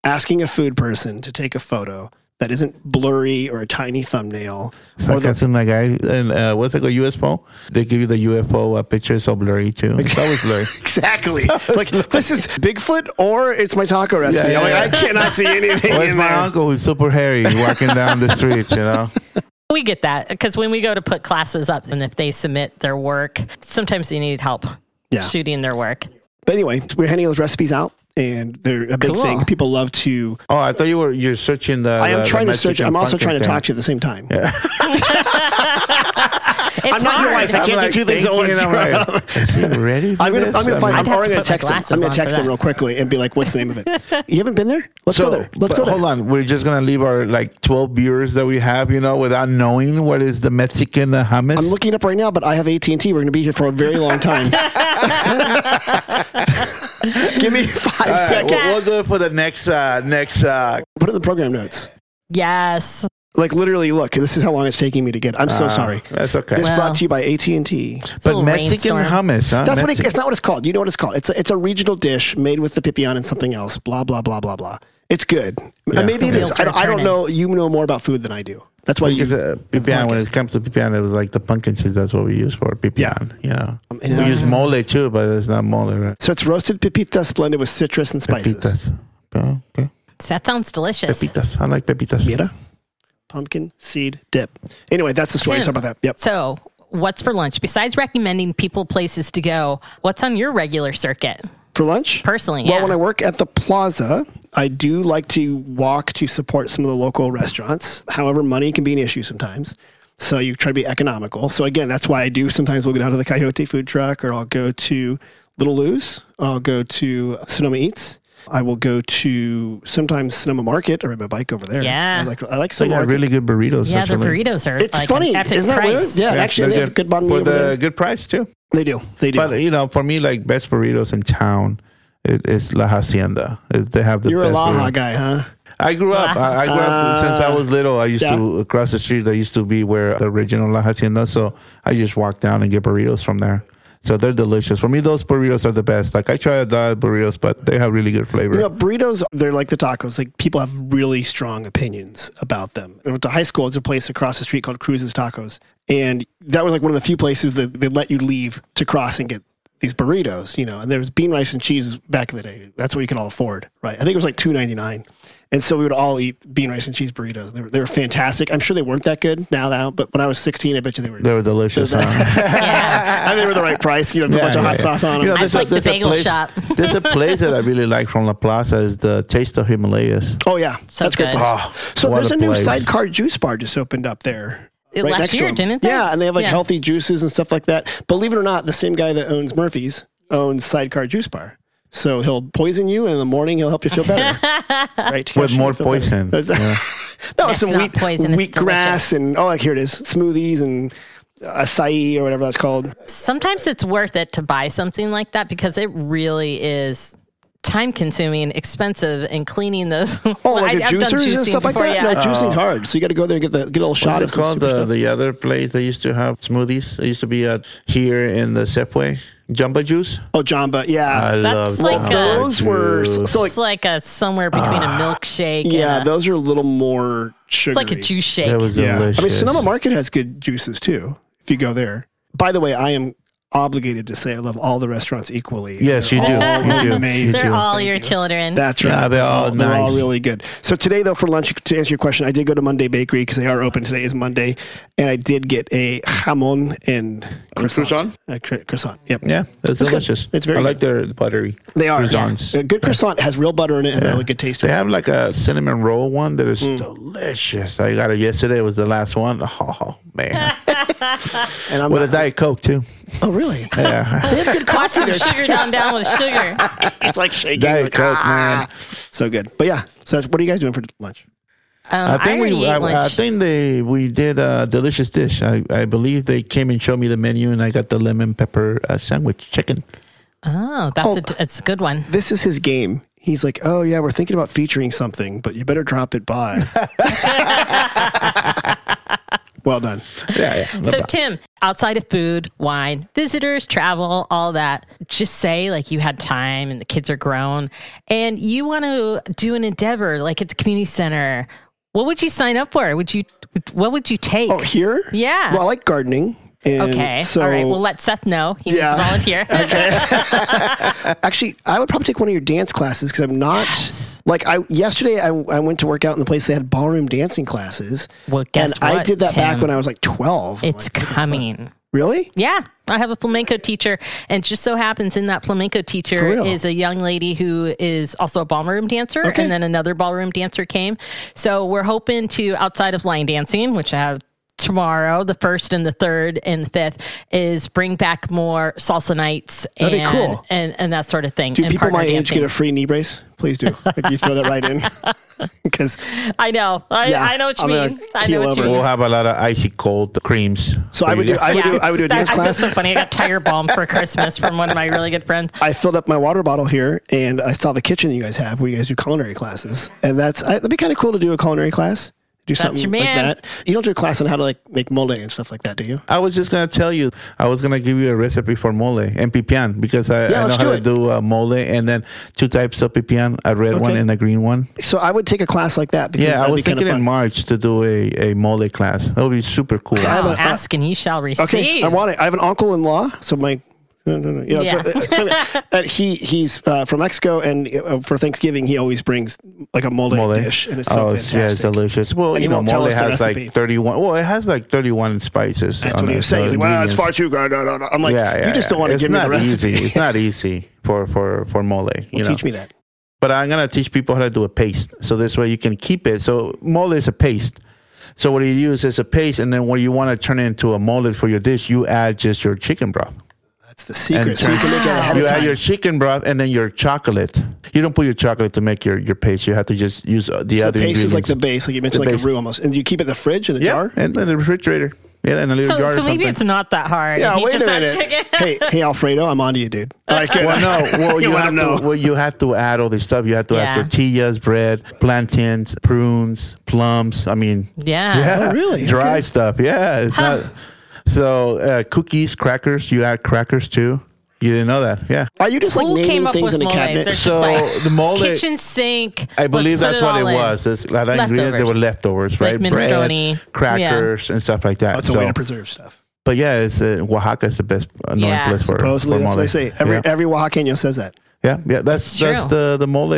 asking a food person to take a photo that isn't blurry or a tiny thumbnail.
So like that's in like I and uh, what's it called UFO? They give you the UFO uh, picture so blurry too. It's always blurry.
Exactly. like this is Bigfoot or it's my taco recipe.
Yeah,
I'm
yeah,
like, I cannot see anything
Where's
in
my
there.
uncle who's super hairy walking down the street? You know,
we get that because when we go to put classes up and if they submit their work, sometimes they need help
Yeah.
shooting their work.
But anyway, we're handing those recipes out, and they're a big
Cool.
thing. People love to.
Oh, I thought you were you're searching the.
I am trying to search. I'm also trying to talk to you at the same time.
It's
I'm not your
hard.
wife. I can't do two things at once.
you. Ready? For
I'm gonna,
this?
I'm gonna
I
find.
mean-
I'm
I'd have
already
to
gonna
put my
text them. I'm
glasses
gonna
on
text
for
them
that.
real quickly and be like, "What's the name of it? You haven't been there? Let's go there. Let's
but
go there."
Hold on, we're just gonna leave our like twelve viewers that we have, you know, without knowing what is the Mexican uh, hummus.
I'm looking it up right now, but I have AT and T. We're gonna be here for a very long time. Give me five
All right,
seconds.
we'll, we'll do it for the next uh, next. Uh,
Put it in the program notes.
Yes.
Like literally, look. This is how long it's taking me to get. I'm
Ah.
so sorry.
uh, that's okay. Uh,
It's
Well-
brought to you by AT and T.
but
little
Mexican
rainstorm.
hummus, huh?
That's what it,
Mexican.
it's not what it's called. You know what it's called? It's a, it's a regional dish made with the pipion and something else. Blah blah blah blah blah. It's good. And maybe it
The
is.
wheels
I
are
don't, I don't
turning.
know. You know more about food than I do. That's why you.
Because uh, pipián, when it comes to pipián, it was like the pumpkin seeds. That's what we use for pipián. You know,
Um, and
we
I-
use mole too, but it's not mole, right?
So it's roasted pepitas blended with citrus and spices.
Pepitas. Oh, okay.
That sounds delicious.
Pepitas. I like pepitas.
Mira. Pumpkin seed dip. Anyway, that's the story.
Tim.
Sorry about that. Yep.
So, what's for lunch? Besides recommending people places to go, what's on your regular circuit?
For lunch?
Personally,
Well,
yeah.
when I work at the plaza, I do like to walk to support some of the local restaurants. However, money can be an issue sometimes. So you try to be economical. So again, that's why I do sometimes we'll go down to the Coyote food truck or I'll go to Little Lou's. I'll go to Sonoma Eats. I will go to sometimes Sonoma Market. I ride my bike over there.
Yeah.
I like, I like
They
Sonoma
got
Market.
really good burritos.
yeah, the
actually.
burritos are
it's
like
funny.
an epic
Isn't that
price.
weird? Yeah, actually, they
they're
have good bottom meat
for
over
the
there.
good price too.
They do. They do.
But you know, for me, like best burritos in town it is La Hacienda. It- they have the
You're a
best.
Laha
burrito.
guy, huh?
I grew up. I, I grew
Ah.
up since I was little. I used to across the street. I used to be where the original La Hacienda. So I just walk down and get burritos from there. So they're delicious. For me, those burritos are the best. Like I try a lot of burritos, but they have really good flavor.
You know, burritos, they're like the tacos. Like people have really strong opinions about them. I went to high school. There's a place across the street called Cruz's Tacos. And that was like one of the few places that they let you leave to cross and get these burritos, you know, and there was bean rice and cheese back in the day. That's what we could all afford, right? I think it was like two ninety nine. And so we would all eat bean rice and cheese burritos. They were, they were fantastic. I'm sure they weren't that good now, now, but when I was 16, I bet you they were.
They were delicious. huh?
I think they were the right price. You know, put a bunch of hot sauce on them.
know, That's like the bagel
place,
shop.
there's a place that I really like from La Plaza is the Taste of Himalayas.
Oh yeah,
So
that's a great.
good.
Place.
Oh,
so
what
there's a,
a
new
place.
sidecar juice bar just opened up there.
It- last
next to
year,
them.
didn't it?
Yeah, and they have like
Yeah.
healthy juices and stuff like that. Believe it or not, the same guy that owns Murphy's owns Sidecar Juice Bar. So he'll poison you, and in the morning he'll help you feel better. right? to
With
get you
more
to feel better.
poison.
There's-
Yeah.
no,
That's
it's some
not
wheat,
poison, it's
wheat grass
delicious.
and oh, like, here it is, smoothies and acai or whatever that's called.
Sometimes it's worth it to buy something like that because it really is time consuming, expensive, and cleaning those.
Oh, like the
I've done
juicers and
juicing
stuff like
before,
that.
yeah.
No, juicing's hard, so you got to go there and get the get a little shot.
Oh. What's
of
it
some
called?
super
The,
stuff.
the other place they used to have smoothies. It used to be at here in the Subway. Jamba juice.
oh, Jamba, yeah.
I
That's
love
like
Jamba
a-
those were
juice.
so like
Oh. it's
Ah.
like a somewhere between a milkshake.
yeah,
and a,
those are a little more sugary.
it's like a juice shake.
That was
Yeah,
delicious.
I mean Sonoma Market has good juices too. If you go there, by the way, I am obligated to say I love all the restaurants equally.
Yes, you do.
They're all
You do.
amazing.
They're
Thank you.
all your children.
That's right.
Yeah, they're all
They're all
nice.
really good. So today, though, for lunch, to answer your question, I did go to Monday Bakery because they are open. Today is Monday, and I did get a jamon and croissant.
croissant?
A cr- croissant. Yep.
Yeah, it's delicious.
It's very
I like their buttery.
They are.
croissants.
A good croissant has real butter in it. Has a really good taste. to
They
it.
have like a cinnamon roll one that
Mm.
is delicious. I got it yesterday. It was the last one. Oh man,
And I'm
with a
not,
diet coke too.
oh, really?
Yeah,
They have
Put
good coffee
some
there.
sugar down, down with sugar.
It's like shaking.
diet
like,
coke,
ah. So good. But yeah. So that's, what are you guys doing for lunch?
Um, I,
think
already
we,
ate
I,
lunch.
I think they we did a delicious dish. I, I believe they came and showed me the menu, and I got the lemon pepper uh, sandwich chicken.
oh, that's
Oh.
a, that's a good one.
This is his game. He's like, oh yeah, we're thinking about featuring something, but you better drop it by. well done.
Yeah, yeah. no
So,
problem.
Tim, outside of food, wine, visitors, travel, all that, just say like you had time and the kids are grown and you want to do an endeavor like at the community center. What would you sign up for? Would you, what would you take?
Oh, here?
Yeah.
Well, I like gardening. And
okay.
So
all right. Well, let Seth know. He
Yeah.
needs a volunteer.
actually, I would probably take one of your dance classes because I'm not like I yesterday. I, I went to work out in the place they had ballroom dancing classes.
Well, guess
and I
what,
did that back
Tim?
when I was like 12. I'm
it's
like,
coming.
really?
Yeah, I have a flamenco teacher, and just so happens in that flamenco teacher
real?
is a young lady who is also a ballroom dancer,
Okay.
and then another ballroom dancer came. So we're hoping to outside of line dancing, which I have tomorrow, the first and the third and the fifth, is bring back more salsa nights
That'd be
and,
cool.
and and that sort of thing.
Do
and
people
partner
my age
dancing.
get a free knee brace? Please do. Like you throw that right in because
I know, I,
Yeah,
I know what you
I'm gonna
mean. I know
keel
what you
over.
mean.
we'll have a lot of icy cold creams.
So
for
I would
you
do-
guys.
I would do, I would do a
that-
dance
I- That's so
class.
funny. I got tire bomb for Christmas from one of my really good friends.
I filled up my water bottle here, and I saw the kitchen you guys have where you guys do culinary classes, and that's I, that'd be kind of cool to do a culinary class. Do something
your
like
man.
that. You don't do a class on how to like make mole and stuff like that, do you?
I was just gonna tell you. I was gonna give you a recipe for mole and pipian because I,
Yeah,
I know
let's
how
do
to
it.
do uh, mole and then two types of pipian: a red one
Okay.
and a green one.
So I would take a class like that. Because
Yeah, I
that'd
was
be kinda
thinking in
fun. March.
March to do a, a mole class. That would be super cool.
have
Oh,
a-
ask and you shall receive.
Okay, I want it. I have an uncle in law, so my. No, no, no. You know, so-
Yeah.
so- uh, he he's uh, from Mexico, and uh, for Thanksgiving he always brings like a mole,
mole.
dish, and it's
oh,
so fantastic.
yeah, it's delicious. Well,
And
you
he
know,
won't tell
mole
us the
has
recipe.
like 31. Well, it has like 31 spices.
That's
on
what he
it,
was saying. He's
so
like, "Wow, it's
Oh, ingredients.
far too good." No, no, no." I'm like,
yeah, yeah,
"You just don't want to
it's
give me the
not
recipe."
Easy. It's not easy for for for mole. You know?
Teach me that.
but I'm gonna teach people how to do a paste. So this way you can keep it. So mole is a paste. So what you use is a paste, and then when you want to turn it into a mole for your dish, you add just your chicken broth.
That's the secret. So
turn-
you can make it ahead
you
of
add
time.
your chicken broth and then your chocolate. You don't put your chocolate to make your, your paste. You have to just use uh, the
The
other
paste is
ingredients.
like the base, like you mentioned,
The
like
base.
a roux almost, and you keep it in the fridge in the
yeah,
jar.
and in the refrigerator. Yeah, and a little
So,
jar
so
or
maybe
something.
it's not that hard.
Yeah,
If you
wait
just
a
add
minute.
chicken.
hey, hey, Alfredo, I'm onto you, dude. All right, good.
well, no. Well,
You
you,
let
have
'em
to,
know.
well, you have to add all this stuff. You have to add
Yeah.
tortillas, bread, plantains, prunes, plums. I mean,
Yeah.
Oh, really?
Dry
Okay.
stuff. Yeah, it's not. So uh, cookies, crackers. You add crackers too. You didn't know that. Yeah.
Are you just like
Who came
naming
up
things
with
in a
mole?
cabinet?
They're
So,
just like,
the mole-
kitchen sink.
I
let's
believe
put
that's what
all
it
in.
was. It's a lot of ingredients that were leftovers,
Like
right?
minestrone.
Bread, crackers, and stuff like that.
That's a way to
So-
preserve stuff.
But yeah, it's uh, Oaxaca is the best uh, known
Yeah.
place for
Supposedly,
for
that's what
mole.
they say. Every
yeah.
every Oaxacanio says that.
yeah, yeah, that's
true.
that's the the mole. Uh,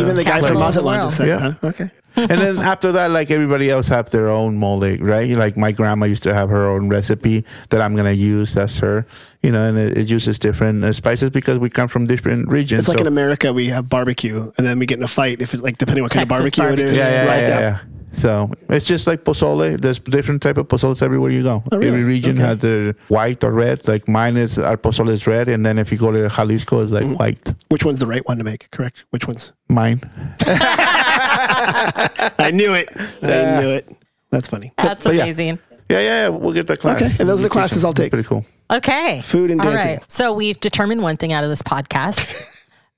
Even the guy
place.
from
Capital of the
Mazatlan just said,
world.
huh? Okay.
and then after that, like everybody else have their own mole, right? Like my grandma used to have her own recipe that I'm gonna use. That's her, you know, and it, it uses different uh, spices because we come from different regions.
It's like
so-
in America, we have barbecue, and then we get in a fight if it's like depending what kind of
Texas
barbecue, it
barbecue.
is.
yeah, yeah,
It's like
yeah, yeah,
that.
yeah. So it's just like pozole. There's different type of pozoles everywhere you go.
Oh, really?
Every region
Okay.
has their white or red. Like mine is our pozole is red, and then if you go to Jalisco, it's like
Mm-hmm.
white.
Which one's the right one to make? Correct. Which one's?
Mine.
I knew it. I knew it. That's funny.
That's
yeah.
amazing.
Yeah, yeah, yeah. We'll get that class.
Okay, and those are the
Teach
classes
them.
I'll take.
Pretty cool.
Okay.
Food and dancing.
So we've determined one thing out of this podcast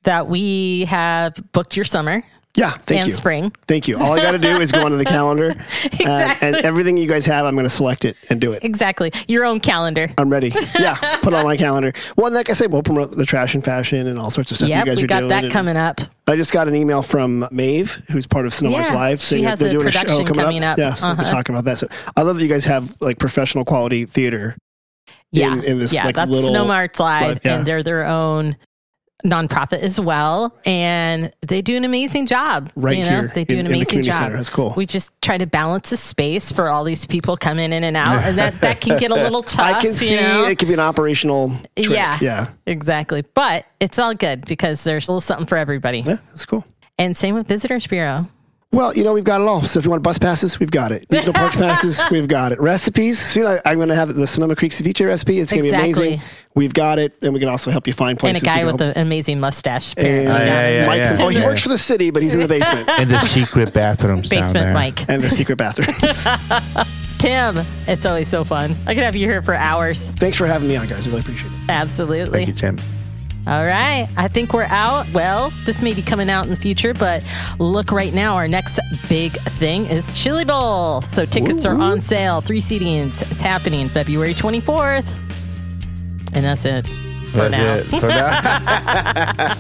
that we have booked your summer
Yeah. Thank
and
you.
spring.
Thank you. All I got to do is go onto the calendar, exactly. and,
Exactly.
everything you guys have, I'm going to select it and do it.
Exactly. Your own calendar.
I'm ready. Yeah, put it on my calendar. Well, and like I said, we'll promote the trash and fashion and all sorts of stuff you
Yep,
guys
we
are
got
doing.
that
and
coming up.
I just got an email from Maeve, who's part of Sonoma's
Yeah,
Live,
she
saying
has
that they're
a
doing a show
production
coming,
coming up.
Yeah, so
Uh-huh.
we're talking about that. So I love that you guys have like professional quality theater.
Yeah.
in this,
yeah.
like,
that's
little
Sonoma Arts Live,
spot, yeah.
and they're their own nonprofit as well. And they do an amazing job.
Right
you know?
here
They do
in-
an
in the
amazing
community
job.
center. That's cool.
We just try to balance the space for all these people coming in and out. And that, that can get a little tough.
I can
you
see
know?
it could be an operational. Trick.
Yeah.
yeah,
Exactly. But it's all good because there's a little something for everybody.
yeah, that's cool.
And same with Visitors Bureau.
Well, you know, we've got it all. So if you want bus passes, we've got it. Regional parks passes, we've got it. Recipes, soon I, I'm going to have the Sonoma Creek ceviche recipe. It's going to
Exactly.
be amazing. We've got it. And we can also help you find
and
places
a guy
to go.
with an amazing mustache.
and
apparently.
yeah, yeah,
Mike
yeah.
from- oh, he
Yeah.
works for the city, but he's in the basement
in the secret bathrooms down
Basement
there.
Mike.
and the secret bathrooms.
Tim, it's always so fun. I could have you here for hours.
Thanks for having me on, guys. I really appreciate it.
Absolutely.
Thank you, Tim.
All right. I think we're out. Well, this may be coming out in the future, but look right now. Our next big thing is Chili Bowl. So tickets are on sale. Three seatings. It's happening February 24th. And that's it for
That's
now.
it. For now.